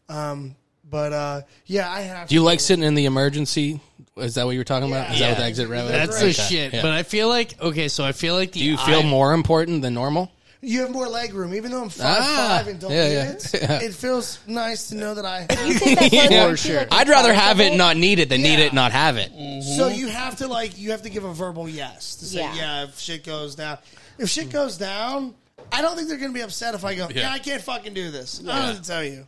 Um, but uh, yeah, I have. Do you like sitting in the emergency? Is that what you were talking about? Is that what the Yeah. exit row? is? That's Okay. the shit. Yeah. But I feel like okay, so I feel like the Do you feel aisle- more important than normal? You have more leg room, even though I'm five Ah, five and don't yeah, need yeah. it. Yeah. It feels nice to know that I. You said that first Yeah. one, too, like, I'd it's rather have it acceptable? not need it than need Yeah. it not have it. So you have to like you have to give a verbal yes to say yeah. Yeah. if shit goes down. If shit goes down, I don't think they're gonna be upset if I go. Yeah, I can't fucking do this. I don't have to tell you.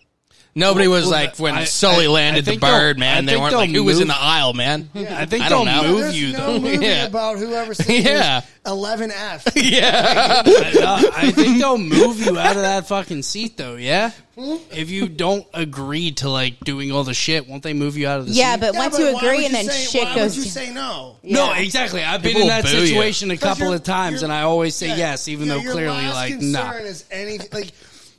Nobody was Well, like the- when I- Sully I- I landed the think they'll- bird, I man. They think weren't like they'll who was in move- the aisle, man. I think I they'll don't know. move There's you no though. movie Yeah. about whoever Yeah. yeah eleven F. Yeah, I I think they'll move you out of that fucking seat though. Yeah, Hmm? if you don't agree to like doing all the shit, won't they move you out of the Yeah, seat? but once you agree and then shit why goes. would you down- say no? No, Yeah. exactly. I've been People in that will boo you. situation a 'Cause couple your- of times, your- and I always say yeah, yes, even your- though your clearly, last like, concern no. Nah. Is any like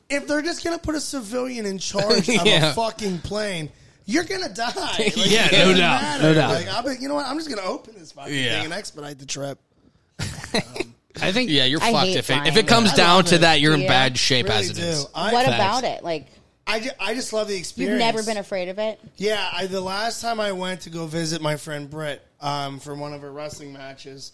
if they're just gonna put a civilian in charge of Yeah. a fucking plane? You're gonna die. Like, it Yeah, doesn't no doubt, matter. no doubt. Like, I'll be, you know what? I'm just gonna open this fucking Yeah. thing and expedite the trip. I think yeah, you're I fucked hate if it, if flying. it comes I down love to it. that. You're in Yeah. bad shape as Really it do. is. I, What I, about it? Like ju- I just love the experience. you've never been afraid of it. Yeah, I, the last time I went to go visit my friend Britt um, for one of her wrestling matches,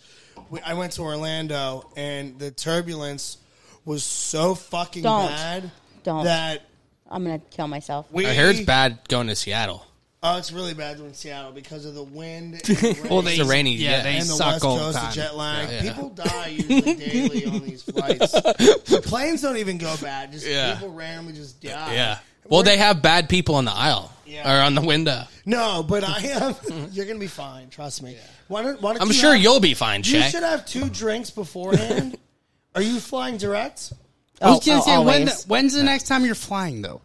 we, I went to Orlando and the turbulence was so fucking Don't. bad Don't. that I'm gonna kill myself. we. I hear it's bad going to Seattle. Oh, it's really bad in Seattle because of the wind. And the well, rain they It's a rainy- yeah, yeah. they and the suck West all Coast, the the time. jet lag. Yeah, yeah. People die usually daily on these flights. The planes don't even go bad. Just Yeah. people randomly just die. Yeah. Well, they have bad people on the aisle Yeah. or on the window. No, but I am. you're gonna be fine. Trust me. Why don't, why don't I'm you sure have- you'll be fine, You Shay. should have two drinks beforehand. Are you flying direct? Oh, I was gonna oh, say, when always. the, when's the next time you're flying though?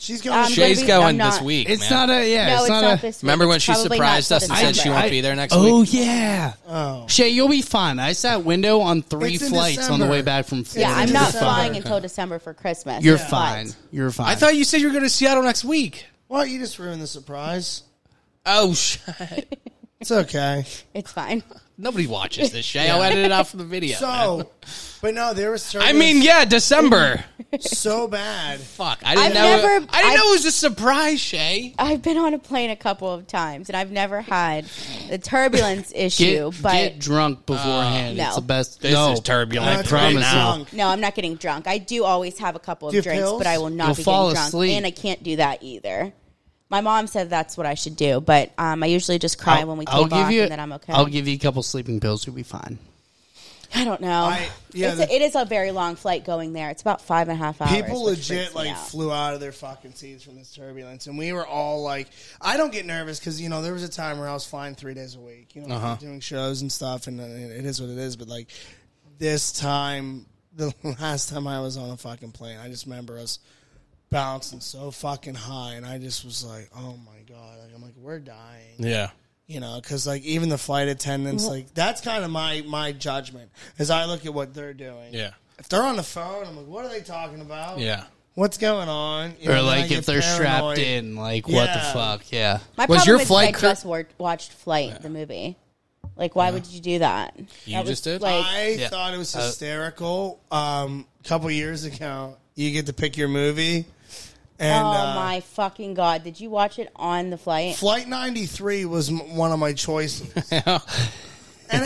She's going. Um, to Shay's I'm going this not- week. It's man. not a yeah. no, it's, not, a. this. week. Remember when It's she probably not surprised till us and December. said she won't be there next oh, week? yeah. Shay, you'll be fine. I sat window on three Oh. It's in flights on the December. way back from. Yeah, Florida. I'm not December. flying until December for Christmas. You're but- fine. You're fine. I thought you said you were going to Seattle next week. Well, you just ruined the surprise. Oh, shit. It's okay. It's fine. Nobody watches this, Shay. I'll edit it out from the video. So, but no, there was. I mean, yeah, December. so bad. Fuck, I didn't I've know. never- I didn't I've- know it was a surprise, Shay. I've been on a plane a couple of times and I've never had the turbulence issue, get, but get drunk beforehand. Uh, it's no. the best. This no. is turbulent. That's right promise now. wrong. no, I'm not getting drunk. I do always have a couple of Do you have drinks, pills? but I will not You'll be fall getting drunk, asleep. and I can't do that either. My mom said that's what I should do, but um, I usually just cry when we take off, you, and then I'm okay. I'll give you a couple sleeping pills. You'll be fine. I don't know. I- yeah, it's the- a, it is a very long flight going there. It's about five and a half hours. People which legit freaks me like out. flew out of their fucking seats from this turbulence, and we were all like, "I don't get nervous because you know there was a time where I was flying three days a week, you know, Uh-huh. doing shows and stuff, and uh, it is what it is." But like this time, the last time I was on a fucking plane, I just remember us bouncing so fucking high, and I just was like, "Oh my god!" Like I'm like, "We're dying." Yeah. you know because like even the flight attendants like that's kind of my my judgment as i look at what they're doing Yeah. if they're on the phone i'm like what are they talking about Yeah. what's going on You Or know, like and I if get they're strapped paranoid. in, like what the Yeah. fuck? Yeah. My was problem your is that flight I cur- just wor- watched Flight, the movie. Like, why would you do that? You That was, just did? Like, i Yeah. Uh, thought it was hysterical um a couple years ago you get to pick your movie and oh uh, my fucking god! Did you watch it on the flight? flight 93 was m- one of my choices and I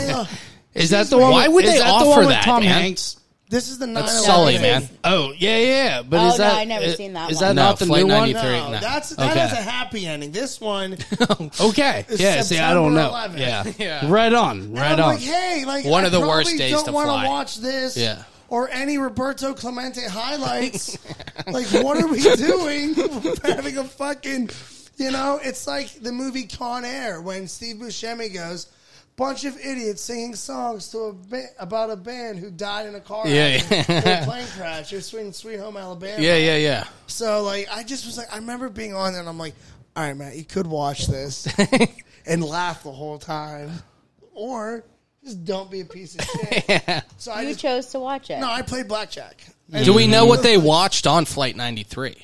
go, Is that the one? Why would is they the offer one with that, Tom man? Hanks. this is the 9 Sully, man. Oh yeah, yeah. But Oh, is no, that I never i- seen that Is one. that No, not the Flight new one? 93. no, No. that's that Okay. has a happy ending. This one, Okay. It's yeah. See, I don't know. September 11th. Yeah. Right on. Right And I'm on. like, hey, like One I of the worst probably days don't to wanna fly. Watch this, Yeah. or any Roberto Clemente highlights. like, what are we doing? Having a fucking, you know, it's like the movie Con Air when Steve Buscemi goes. Bunch of idiots singing songs to a ba- about a band who died in a car Yeah, accident yeah. or a plane crash. You're swinging Sweet Home Alabama. Yeah. Yeah. Yeah. So like I just was like I remember being on there and I'm like, all right, Matt, you could watch this and laugh the whole time, or just don't be a piece of shit. So I you just, chose to watch it. no, I played blackjack. Do we know what they watched on Flight 93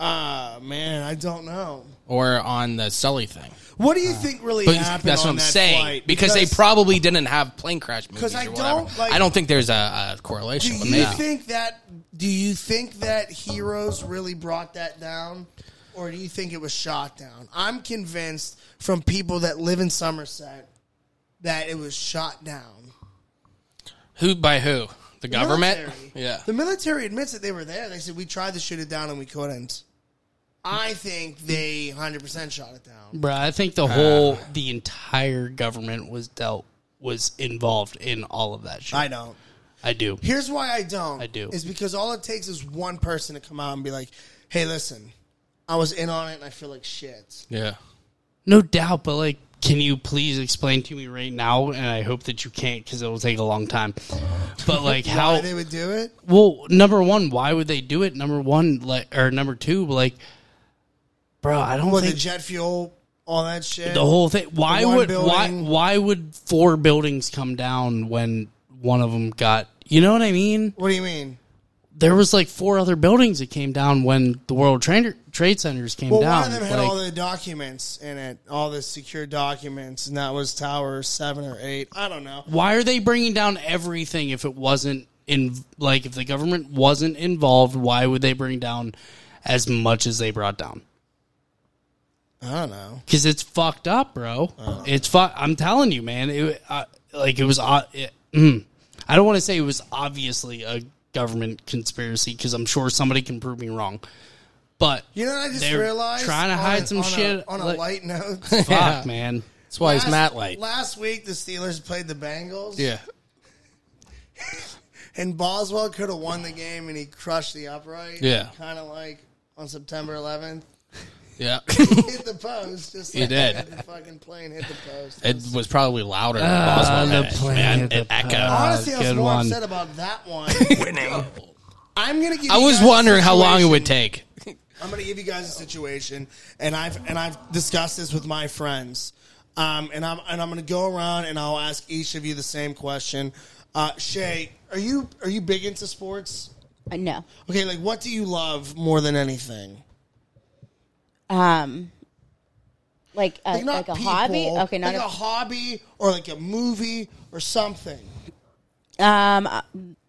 Ah man, I don't know. or on the Sully thing? What do you think really Uh, But happened? that's what on I'm that saying flight? because, they probably didn't have plane crash movies. 'Cause I or whatever. don't, like- I don't think there's a, a correlation. Do with you that. think that? Do you think that heroes really brought that down, or do you think it was shot down? I'm convinced from people that live in Somerset that it was shot down. who by who? The government? military. Yeah. The military admits that they were there. They said we tried to shoot it down and we couldn't. I think they 100% shot it down. Bruh, I think the whole, the entire government was dealt, was involved in all of that shit. I don't. I do. Here's why I don't. I do. Is because all it takes is one person to come out and be like, "Hey, listen, I was in on it and I feel like shit." Yeah. No doubt, but like, can you please explain to me right now? And I hope that you can't because it'll take a long time. But like, Why how? they would do it? Well, number one, why would they do it? Number one, like, or number two, like, bro, I don't Well, the think jet fuel, all that shit. the whole thing. Why one would building. why why would four buildings come down when one of them got? You know what I mean? What do you mean? There was like four other buildings that came down when the World Trade Trade Centers came Well, down. one of them had Like, all the documents in it, all the secure documents, and that was Tower Seven or Eight. I don't know. why are they bringing down everything if it wasn't in like if the government wasn't involved? Why would they bring down as much as they brought down? I don't know. because it's fucked up, bro. Uh. It's fu- I'm telling you, man. It uh, like it was. Uh, it, mm. I don't want to say it was obviously a government conspiracy because I'm sure somebody can prove me wrong. But You know, what I just They're realized trying to on hide a- some on a- shit, on a like- light note. fuck, man. That's why Last- he's Matt Light. Last week, the Steelers played the Bengals. Yeah. and Boswell could have won the game, and he crushed the upright. Yeah. kind of like on September 11th, Yeah. hit the post. Just He like did. had The fucking plane hit the post. it was probably louder than Boswell. the had, plane man. hit It the echoed. Honestly, I was good more one. upset about that one. I'm gonna give. I you was guys a wondering how long it would situation. take. I'm going to give you guys a situation, and I've and I've discussed this with my friends, um, and I'm and I'm going to go around and I'll ask each of you the same question. Uh, Shay, are you are you big into sports? Uh, no. Okay, like what do you love more than anything? um, like a, Like, not like a people, hobby. Okay, not like a, a, hobby or like a movie or something. um. uh,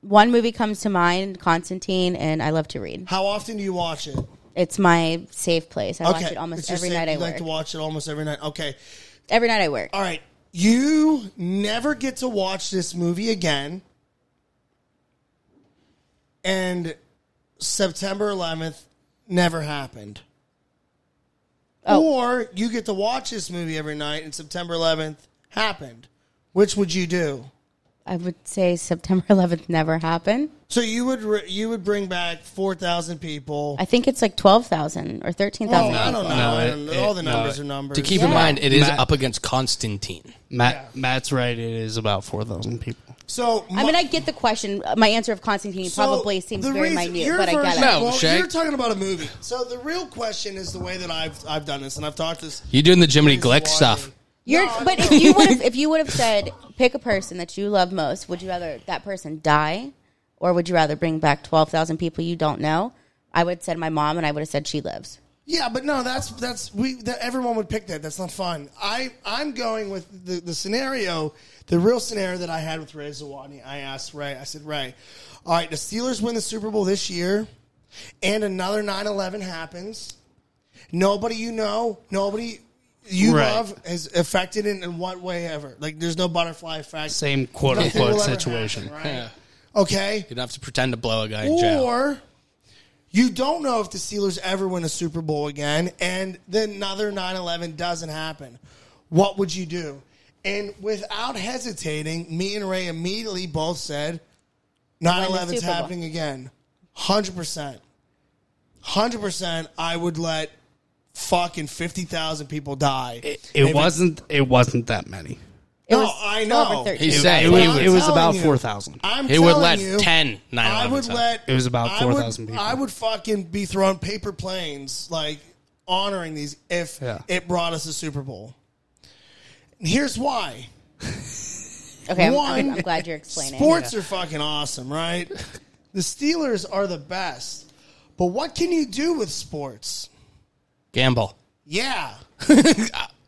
One movie comes to mind, Constantine, and I love to read. How often do you watch it? It's my safe place. I watch it It's almost your every sa- night I you like work. to watch it almost every night. Okay, every night I work. all right. You never get to watch this movie again. And September 11th never happened. Uh, Oh. Or you get to watch this movie every night, and September 11th happened. Which would you do? I would say September 11th never happened. So you would re- you would bring back four thousand people. I think it's like 12,000 or 13,000. Oh, I don't know. I it- don't know. it- All the no, numbers it- are numbers. To keep Yeah. in mind, it is Matt- up against Constantine. Matt, Matt's right. It is about four thousand people. so, my, I mean, I get the question. Uh, My answer of Constantine so probably seems the very reason- minute, your but I get version- it. No. Well, Shay. you're talking about a movie. So the real question is the way that I've I've done this, and I've taught this. You're doing the Jiminy is Glick why- stuff. You're, No, I but if you would have, if you would have said, pick a person that you love most, would you rather that person die, or would you rather bring back twelve thousand people you don't know? I would have said my mom, and I would have said she lives. Yeah, but no, that's that's we that everyone would pick that. That's not fun. I I'm going with the, the scenario, the real scenario that I had with Ray Zawani. I asked Ray. I said, Ray, all right, the Steelers win the Super Bowl this year, and another 9-11 happens. Nobody you know, nobody you Right. love is affected in, in what way ever. Like there's no butterfly effect. Same quote Nothing unquote will ever situation. happen, right? Okay. You'd have to pretend to blow a guy in jail. Or you don't know if the Steelers ever win a Super Bowl again, and then another 9 11 doesn't happen. What would you do? And without hesitating, me and Ray immediately both said 9 11 is Super Bowl. happening again. 100%. 100%. I would let fucking 50,000 people die. It, it wasn't. It wasn't that many. It No, was I twelve or know. 13. He's It, saying it- But it- I'm it was telling about you, four thousand. I'm He would telling let you, 10 9/11 I would sign. let. It was about I would- 4,000 people. I would fucking be throwing paper planes like honoring these if Yeah. it brought us a Super Bowl. And here's why: okay, I'm, one, I'm- I'm glad you're explaining. sports are fucking awesome, right? the Steelers are the best, but what can you do with sports? Gamble. Yeah.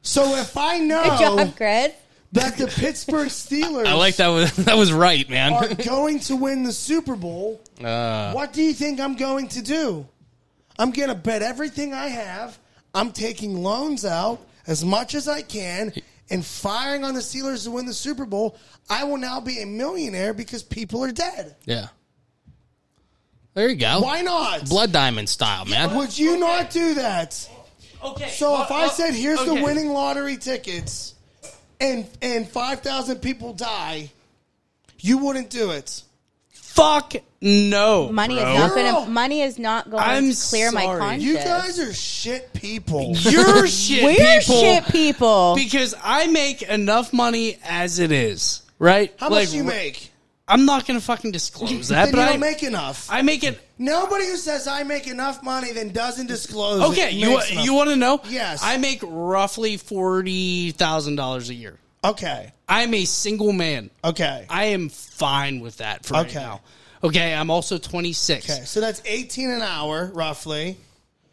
so if I Good know job, Greg. that the Pittsburgh Steelers, I like that. Was, that was right, are man. going to win the Super Bowl, Uh. what do you think I'm going to do? I'm going to bet everything I have. I'm taking loans out as much as I can and firing on the Steelers to win the Super Bowl. I will now be a millionaire because people are dead. yeah. There you go. Why not? Blood diamond style, man. Would you not do that? Okay. So if I said, "Here's the winning lottery tickets," and and five thousand people die, you wouldn't do it. Fuck no. Money is bro. not Girl. going. to Money is not going I'm to clear my sorry. conscience. You guys are shit people. You're shit we're people. shit people. Because I make enough money as it is, right? How Like, much do you make? I'm not going to fucking disclose that, Then but you I don't make enough. I make it. Nobody who says I make enough money then doesn't disclose. Okay, it you makes enough. you want to know? Yes. I make roughly forty thousand dollars a year. Okay, I'm a single man. okay, I am fine with that for Okay. right now. Okay, I'm also 26. okay. So that's eighteen an hour roughly.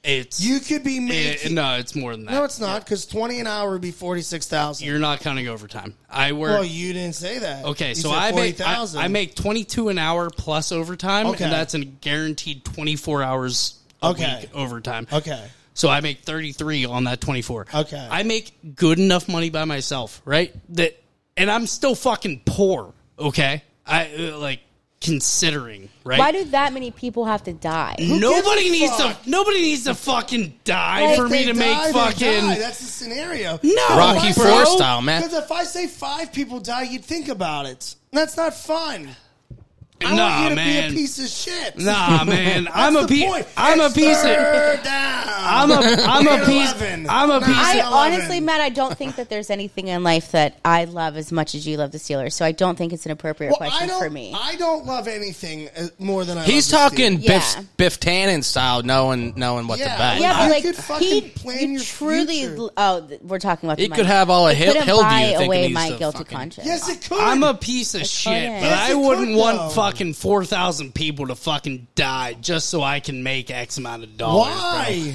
It's You could be eh, making. no, it's more than that. no, it's not because twenty an hour would be forty six thousand. You're not counting overtime. I work. Well, you didn't say that. Okay, You so said I make I, 40,000. I make twenty two an hour plus overtime, Okay. and that's a guaranteed twenty four hours a Okay. week overtime. Okay. so I make thirty three on that twenty four. Okay. I make good enough money by myself, right? That, and I'm still fucking poor. Okay, I uh, like considering right. Why do that many people have to die? nobody gives a needs fuck? to nobody needs to fucking die If for me they to make die, they fucking die. That's the scenario. No, Rocky bro. Four style, man. Because if I say five people die, you'd think about it. That's not fun. I want you nah, to man. be a piece of shit. Nah, man. I'm That's a the piece. point. I'm a It's piece of. third down. I'm a I'm a piece. 11. I'm a Nah. piece. I He's 11. honestly, Matt, I don't think that there's anything in life that I love as much as you love the Steelers. So I don't think it's an appropriate Well, I question don't, for me. I don't love anything uh, more than I. He's love the talking Steelers. Yeah. Biff Biff Tannen style, knowing knowing what to Yeah. bet. yeah, you but like could fucking he, plan you your truly. future. Oh, th- we're talking about. He the could money. have all of It Hill- couldn't Hilldew buy thinking away he's my the guilty fucking- conscience. Yes, it could. I'm a piece of shit, funny. but Yes, I it wouldn't could, though. want fucking four thousand people to fucking die just so I can make X amount of dollars. bro. Why?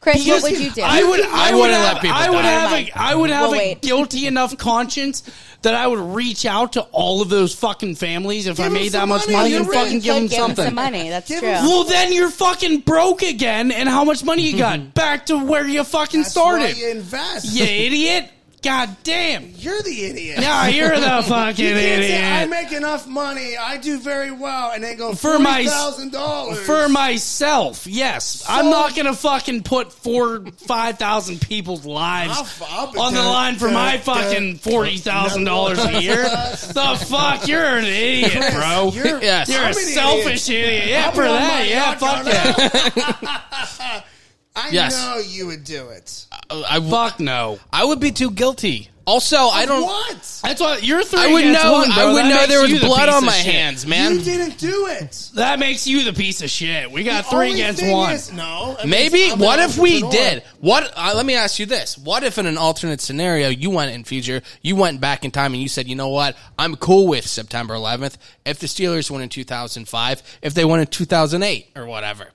Chris, what would you do? I would. I You would wouldn't have. let people I would die. have. A, I would have Well, a wait. guilty enough conscience that I would reach out to all of those fucking families if I Give 'em made some that much money. money, You and really fucking give could them give 'em something. some money. That's Give true. 'em Well, then you're fucking broke again, and how much money you got? Back to where you Mm-hmm. fucking That's started. why you invest. you idiot! God damn! You're the idiot. Now you're the fucking You can't idiot. say, I make enough money. I do very well, and then go For for my- my thousand dollars For myself, yes. I'm not gonna fucking put four, five thousand people's lives I'll- I'll be on the dead, line for dead, my dead. fucking forty thousand dollars a year. the fuck, you're an idiot, bro. You're, You're, Yes. a an idiot. selfish idiot. Yeah, I'm for on that. my Yeah, yacht fuck right that. I Yes. know you would do it. I, w- fuck no. I would be too guilty. Also, I don't. What? That's why you're three. I would against know. one, bro. I would That know makes there you was the blood piece on of my shit. hands, man. You didn't do it. That makes you the piece of shit. We got Only three against thing one. is- no. I mean, Maybe. I'm an What if we entrepreneur. did? What? Uh, let me ask you this: What if in an alternate scenario you went in future, you went back in time, and you said, "You know what? I'm cool with September 11th. If the Steelers won in 2005, if they won in 2008, or whatever."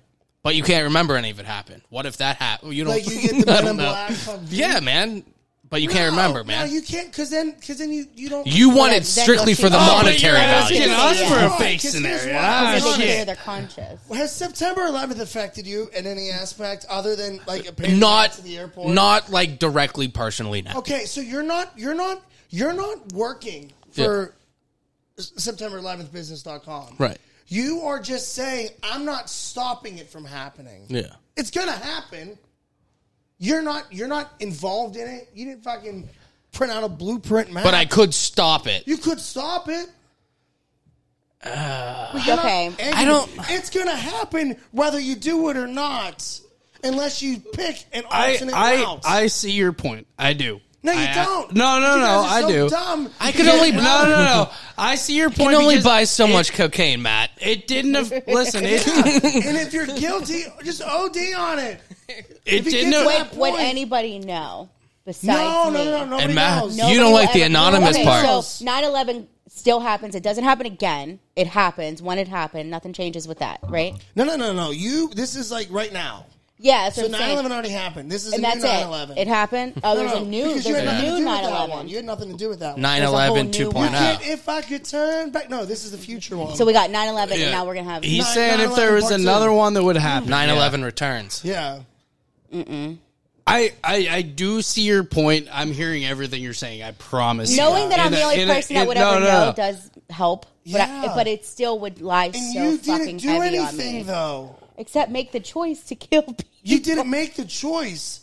But you can't remember any of it happened. What if that happened? You don't. Like you get the I Men don't in know. Black fucking- Yeah, man. But you can't No, remember, man. No, you, you can't, because then, because then you you don't. want it Then strictly you'll for see- the Oh, but monetary you're value. asking us Yeah. for a Right, fake 'cause here's scenario. why. Ah, Because they don't shit. clear their conscience. Has September 11th affected you in any aspect other than like a payment Not, to the airport? not like directly personally now. Okay, so you're not you're not you're not working for S- September 11th business.com. Right. You are just saying I'm not stopping it from happening. Yeah. It's going to happen. You're not you're not involved in it. You didn't fucking print out a blueprint map. But I could stop it. You could stop it. Okay. And I you- don't- It's going to happen whether you do it or not, unless you pick an I, alternate I, route. I see your point. I do. no, you I- I- don't. No, no, You no. guys are I so do. Dumb. I Can could only no, no, no, no. I see your point. can only because buy so it- much cocaine, Matt. It didn't. Have, listen, it, and if you're guilty, just OD on it. it he didn't. gets Have, Would, away- would anybody know No, besides no, me? no, no, nobody And Matt, knows. you don't will like the ever- anonymous okay, part. So 9/11 still happens. It doesn't happen again. It happens when it happened. Nothing changes with that, right? No, no, no, no. You. This is like right now. Yeah. That's So what I'm 9 saying. 11 already happened. This is and a that's new 9 11. it. It happened. Oh, there's a new. Because There's you had nothing a to new do with that one. 9/11. You had nothing to do with that one. 9 11 11 new 2.0. one. Kid, if I could turn back. No, this is the future one. So we got 9/11, Yeah. and now we're gonna have. he's Nine- saying if 9/11 there was part two. another one that would happen. 9 yeah. 11 returns. yeah. I, I, I do see your point. I'm hearing everything you're saying. I promise. Knowing that In I'm the a- only in a- person in- that would no, ever no, know no. does help, but, Yeah. I, but it still would lie And so you fucking didn't do heavy on me. anything, though. Except make the choice to kill people. You didn't make the choice.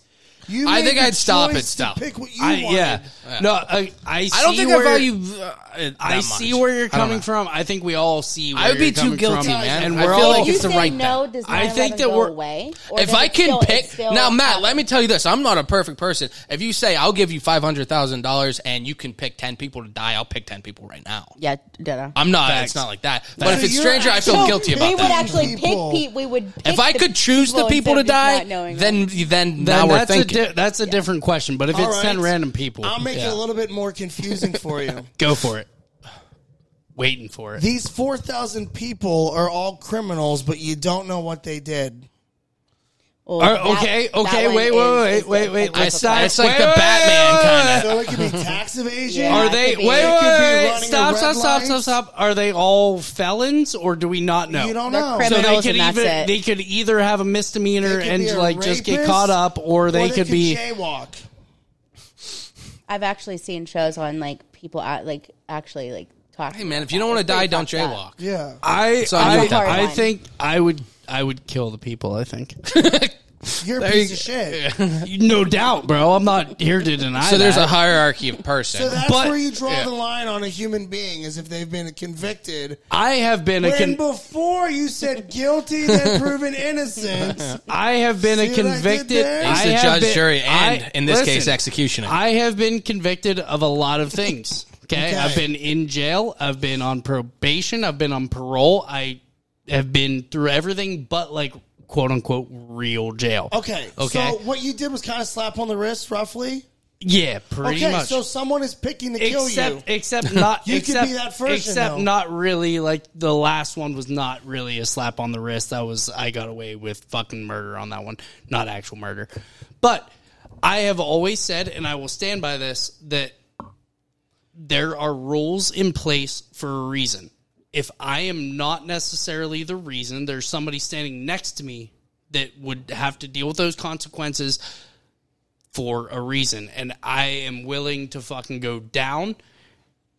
You I made think the I'd stop choice it, to stop. Pick what you I, wanted. yeah. No, I, I, I don't see think I where, value. Uh, it that I much. see where you're I don't coming know. from. I think we all see. Where I would be you're too coming guilty, from. man. And I we're feel all like you it's the say right no, thing. does 9/11 I think that go we're- away? Or If does I it can still- it pick still now, Matt, happens? let me tell you this: I'm not a perfect person. If you say I'll give you five hundred thousand dollars and you can pick ten people to die, I'll pick ten people right now. Yeah, duh. I'm not. Facts. It's not like that. But if So it's you're stranger, I feel actually- guilty They about we that. would actually People. pick people. We would. Pick If I the could choose the people to instead of just die, not knowing then them. then Then now we're that's a thinking. di- that's a different question. But if All it's ten right. random people, I'll make yeah. it a little bit more confusing for you. Go for it. Waiting for it. These 4,000 people are all criminals, but you don't know what they did. Well, All right, that- okay, that okay, one wait, is- wait, is wait, wait, the- wait. the Let's difficult- stop. It's like Wait, the wait, Batman wait, wait. kind of. So it could be tax evasion. Yeah. Are It they? could be- Wait, it could wait, be wait, running a Stop, red stop, stop, stop, light. stop. Are they all felons, or do we not know? You don't They're know. So criminals. they could and that's even it. they could either have a misdemeanor They could and be a like just get rapist, caught up, or they, could, be. jaywalk. I've actually seen shows on like people at, like actually like talking. Hey man, about if you that. don't want to It's pretty die, don't fucked up. jaywalk. Yeah. I So I'm I, not- I Hard line. think I would I would kill the people. I think You're a piece of shit. no doubt, bro. I'm not here to deny. So there's that. a hierarchy of person. So that's But- where you draw yeah. the line on a human being is if they've been convicted. I have been a When con- before you said guilty, then proven innocent. I have been See a what I did convicted. there? I He's the have judge, been- jury, and, I- in this case, listen, executioner. I have been convicted of a lot of things. Okay? Okay. I've been in jail. I've been on probation. I've been on parole. I have been through everything but like quote unquote real jail. Okay. Okay. So what you did was kind of slap on the wrist, roughly. Yeah, pretty Okay, much. so someone is picking to kill you. except, except not. You could be except, that version, Except though. not really. Like the last one was not really a slap on the wrist. That was I got away with fucking murder on that one, not actual murder. But I have always said, and I will stand by this, that there are rules in place for a reason. If I am not necessarily the reason, there's somebody standing next to me that would have to deal with those consequences for a reason. And I am willing to fucking go down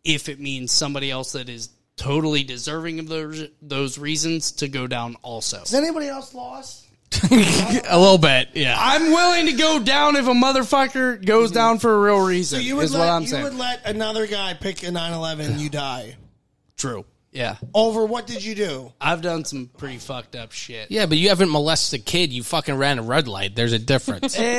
if it means somebody else that is totally deserving of those those reasons to go down also. Is anybody else lost? a little bit, yeah. Mm-hmm. I'm willing to go down if a motherfucker goes down for a real reason. So you would is let what I'm you saying. would let another guy pick a 911 you die True. Yeah. over what did you do? I've done some pretty fucked up shit. Yeah, but you haven't molested a kid. You fucking ran a red light. There's a difference.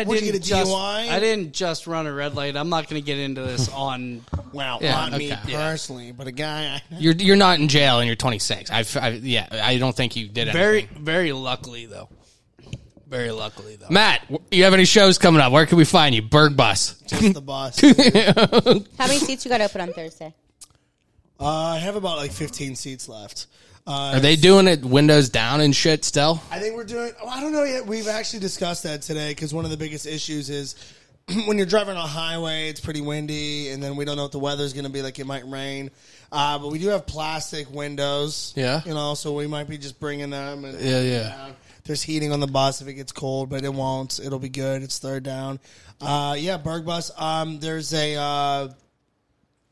Eh, I What'd didn't you get, a just, DUI? I didn't just run a red light. I'm not going to get into this on. Well, Yeah, on me okay. Yeah. personally, but a guy. I, you're you're not in jail and you're 26. I, I yeah, I don't think you did it. very, very luckily though. Very luckily though. Matt, w- you have any shows coming up? Where can we find you? Berg Bus. just the boss. How many seats you got open on Thursday? Uh, I have about like 15 seats left. Uh, Are they doing it windows down and shit still? I think we're doing. Oh, I don't know yet. We've actually discussed that today because one of the biggest issues is when you're driving on a highway, it's pretty windy, and then we don't know what the weather's going to be like. It might rain, uh, but we do have plastic windows. Yeah. you know, so we might be just bringing them. And Yeah, yeah. There's heating on the bus if it gets cold, but it won't. It'll be good. It's third down. Uh, yeah, Berg bus. Um, there's a. Uh,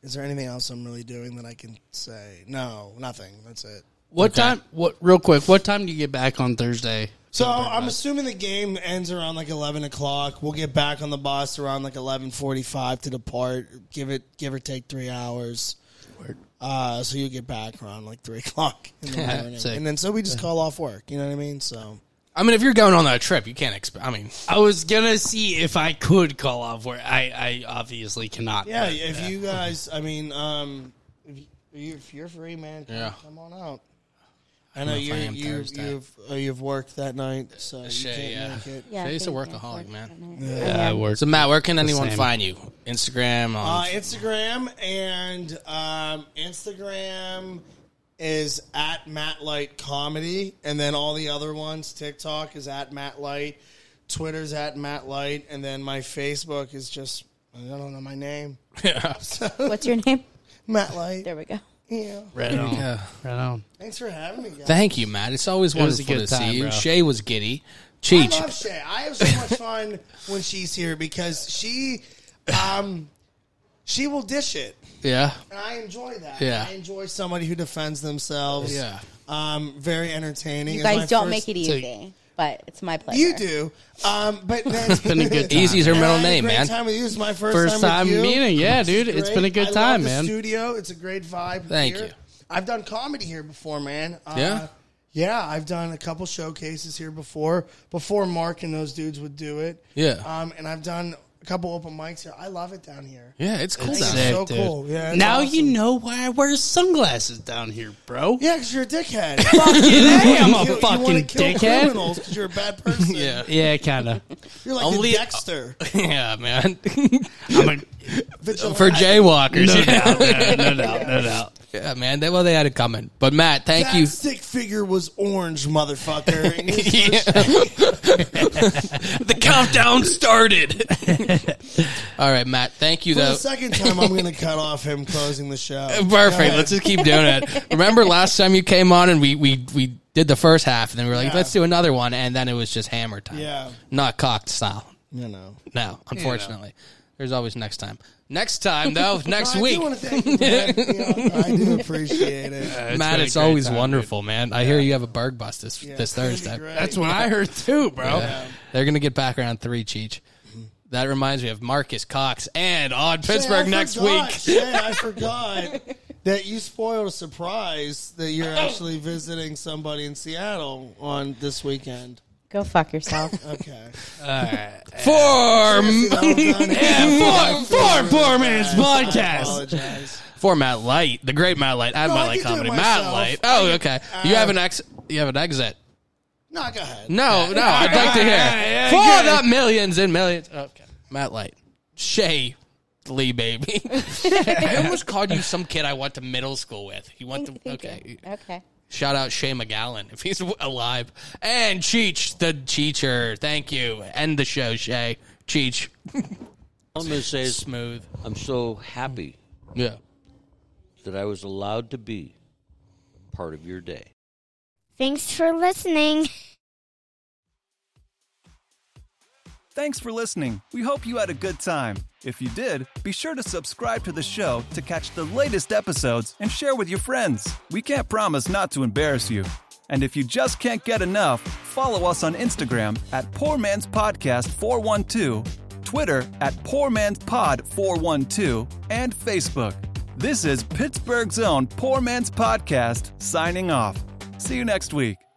is there anything else I'm really doing that I can say? No, nothing. That's it. What time? What real quick? What time do you get back on Thursday? So I'm assuming the game ends around like 11 o'clock. We'll get back on the bus around like 11:45 to depart. Give it, give or take three hours. Uh, so you get back around like three o'clock in the morning, sick. and then so we just call off work. You know what I mean? So I mean, if you're going on that trip, you can't expect. I mean, I was gonna see if I could call off work. I, I obviously cannot. yeah, if you guys, I mean, um, if, you, if you're free, man, come, Yeah. come on out. I know if I you're, am you Thursday. you've uh, you've worked that night, so you Shit, can't yeah. make it. Yeah, Jay's a I think- workaholic, yeah, man. yeah. Yeah, I work. so Matt, where can anyone same. find you? Instagram. Uh, On, Instagram and um, Instagram is at Matt Light Comedy, and then all the other ones. TikTok is at Matt Light, Twitter's at Matt Light, and then my Facebook is just I don't know my name, What's your name? Matt Light. There we go. Yeah, Right on. Yeah. Right on. thanks for having me, guys. Thank you, Matt. It's always was a wonderful to good time, see you. bro. Shay was giddy. I Cheech. love Shay. I have so much fun when she's here because she, um, she will dish it, yeah. and I enjoy that. Yeah. I enjoy somebody who defends themselves. Yeah. um, very entertaining. You It's my guys don't make first- it easy, but it's my pleasure. You do, um, but then, it's Been a good time. Easy's her middle name, great man. Time with you. It's my first, First time, time with you. meeting. Yeah, dude. It's Great. been a I good love time, the man. Studio. It's a great vibe. Thank here. you. I've done comedy here before, man. Uh, Yeah? yeah. I've done a couple showcases here before. Before Mark and those dudes would do it. Yeah. Um, and I've done a couple open mics here. I love it down here. Yeah, it's cool. It's down there. so cool. Yeah. it's now awesome. you know why I wear sunglasses down here, bro. Yeah, because you're a dickhead. Yeah, I'm a You- you wanna fucking kill dickhead. Criminals, because you're a bad person. Yeah. Yeah, kind of. You're like Only- the Dexter. yeah, man. I'm a, Vigilante. For jaywalkers. no yeah. doubt, man, no doubt, no doubt. Yeah, man. They, well, they had it coming. But Matt, thank That you. stick figure was orange, motherfucker. And his- the countdown started. All right, Matt. Thank you, for though. the second time, I'm going to cut off him closing the show. Perfect. Let's just keep doing it. Remember last time you came on and we we we did the first half and then we were like, Yeah. let's do another one, and then it was just hammer time. Yeah. Not cocked style. You know. No, unfortunately. There's always next time. Next time though, next I week. do want to thank you, man. You know, I do appreciate it. It's Matt, been a it's great always time, dude. wonderful, man. I hear you have a berg bus this this It's gonna be Thursday. great. That's what I heard too, bro. They're gonna get back around three, Cheech. That reminds me of Marcus Cox and on Shay, I Pittsburgh next forgot. week. Shay, I forgot that you spoiled a surprise that you're actually visiting somebody in Seattle on this weekend. Go fuck yourself. Okay. For yeah, for- for poor man's I podcast. apologize. for Matt Light, the great Matt Light, at No, Matt I Light can do it Comedy. myself. Matt Light. I Oh, okay. can- uh, you have an ex. You have an exit. No, go ahead. No, no. I'd like to hear yeah, yeah, for the yeah. millions and millions. Okay, Matt Light. Shay Lee, baby. I almost called you some kid I went to middle school with. You went to okay. Okay. Shout out Shay McGowan if he's alive. And Cheech, the teacher. Thank you. End the show, Shay. Cheech, All I'm going to say is smooth. I'm so happy Yeah. that I was allowed to be part of your day. Thanks for listening. Thanks for listening. We hope you had a good time. If you did, be sure to subscribe to the show to catch the latest episodes and share with your friends. We can't promise not to embarrass you. And if you just can't get enough, follow us on Instagram at Poor Man's Podcast 412, Twitter at Poor Man's Pod 412, and Facebook. This is Pittsburgh's own Poor Man's Podcast signing off. See you next week.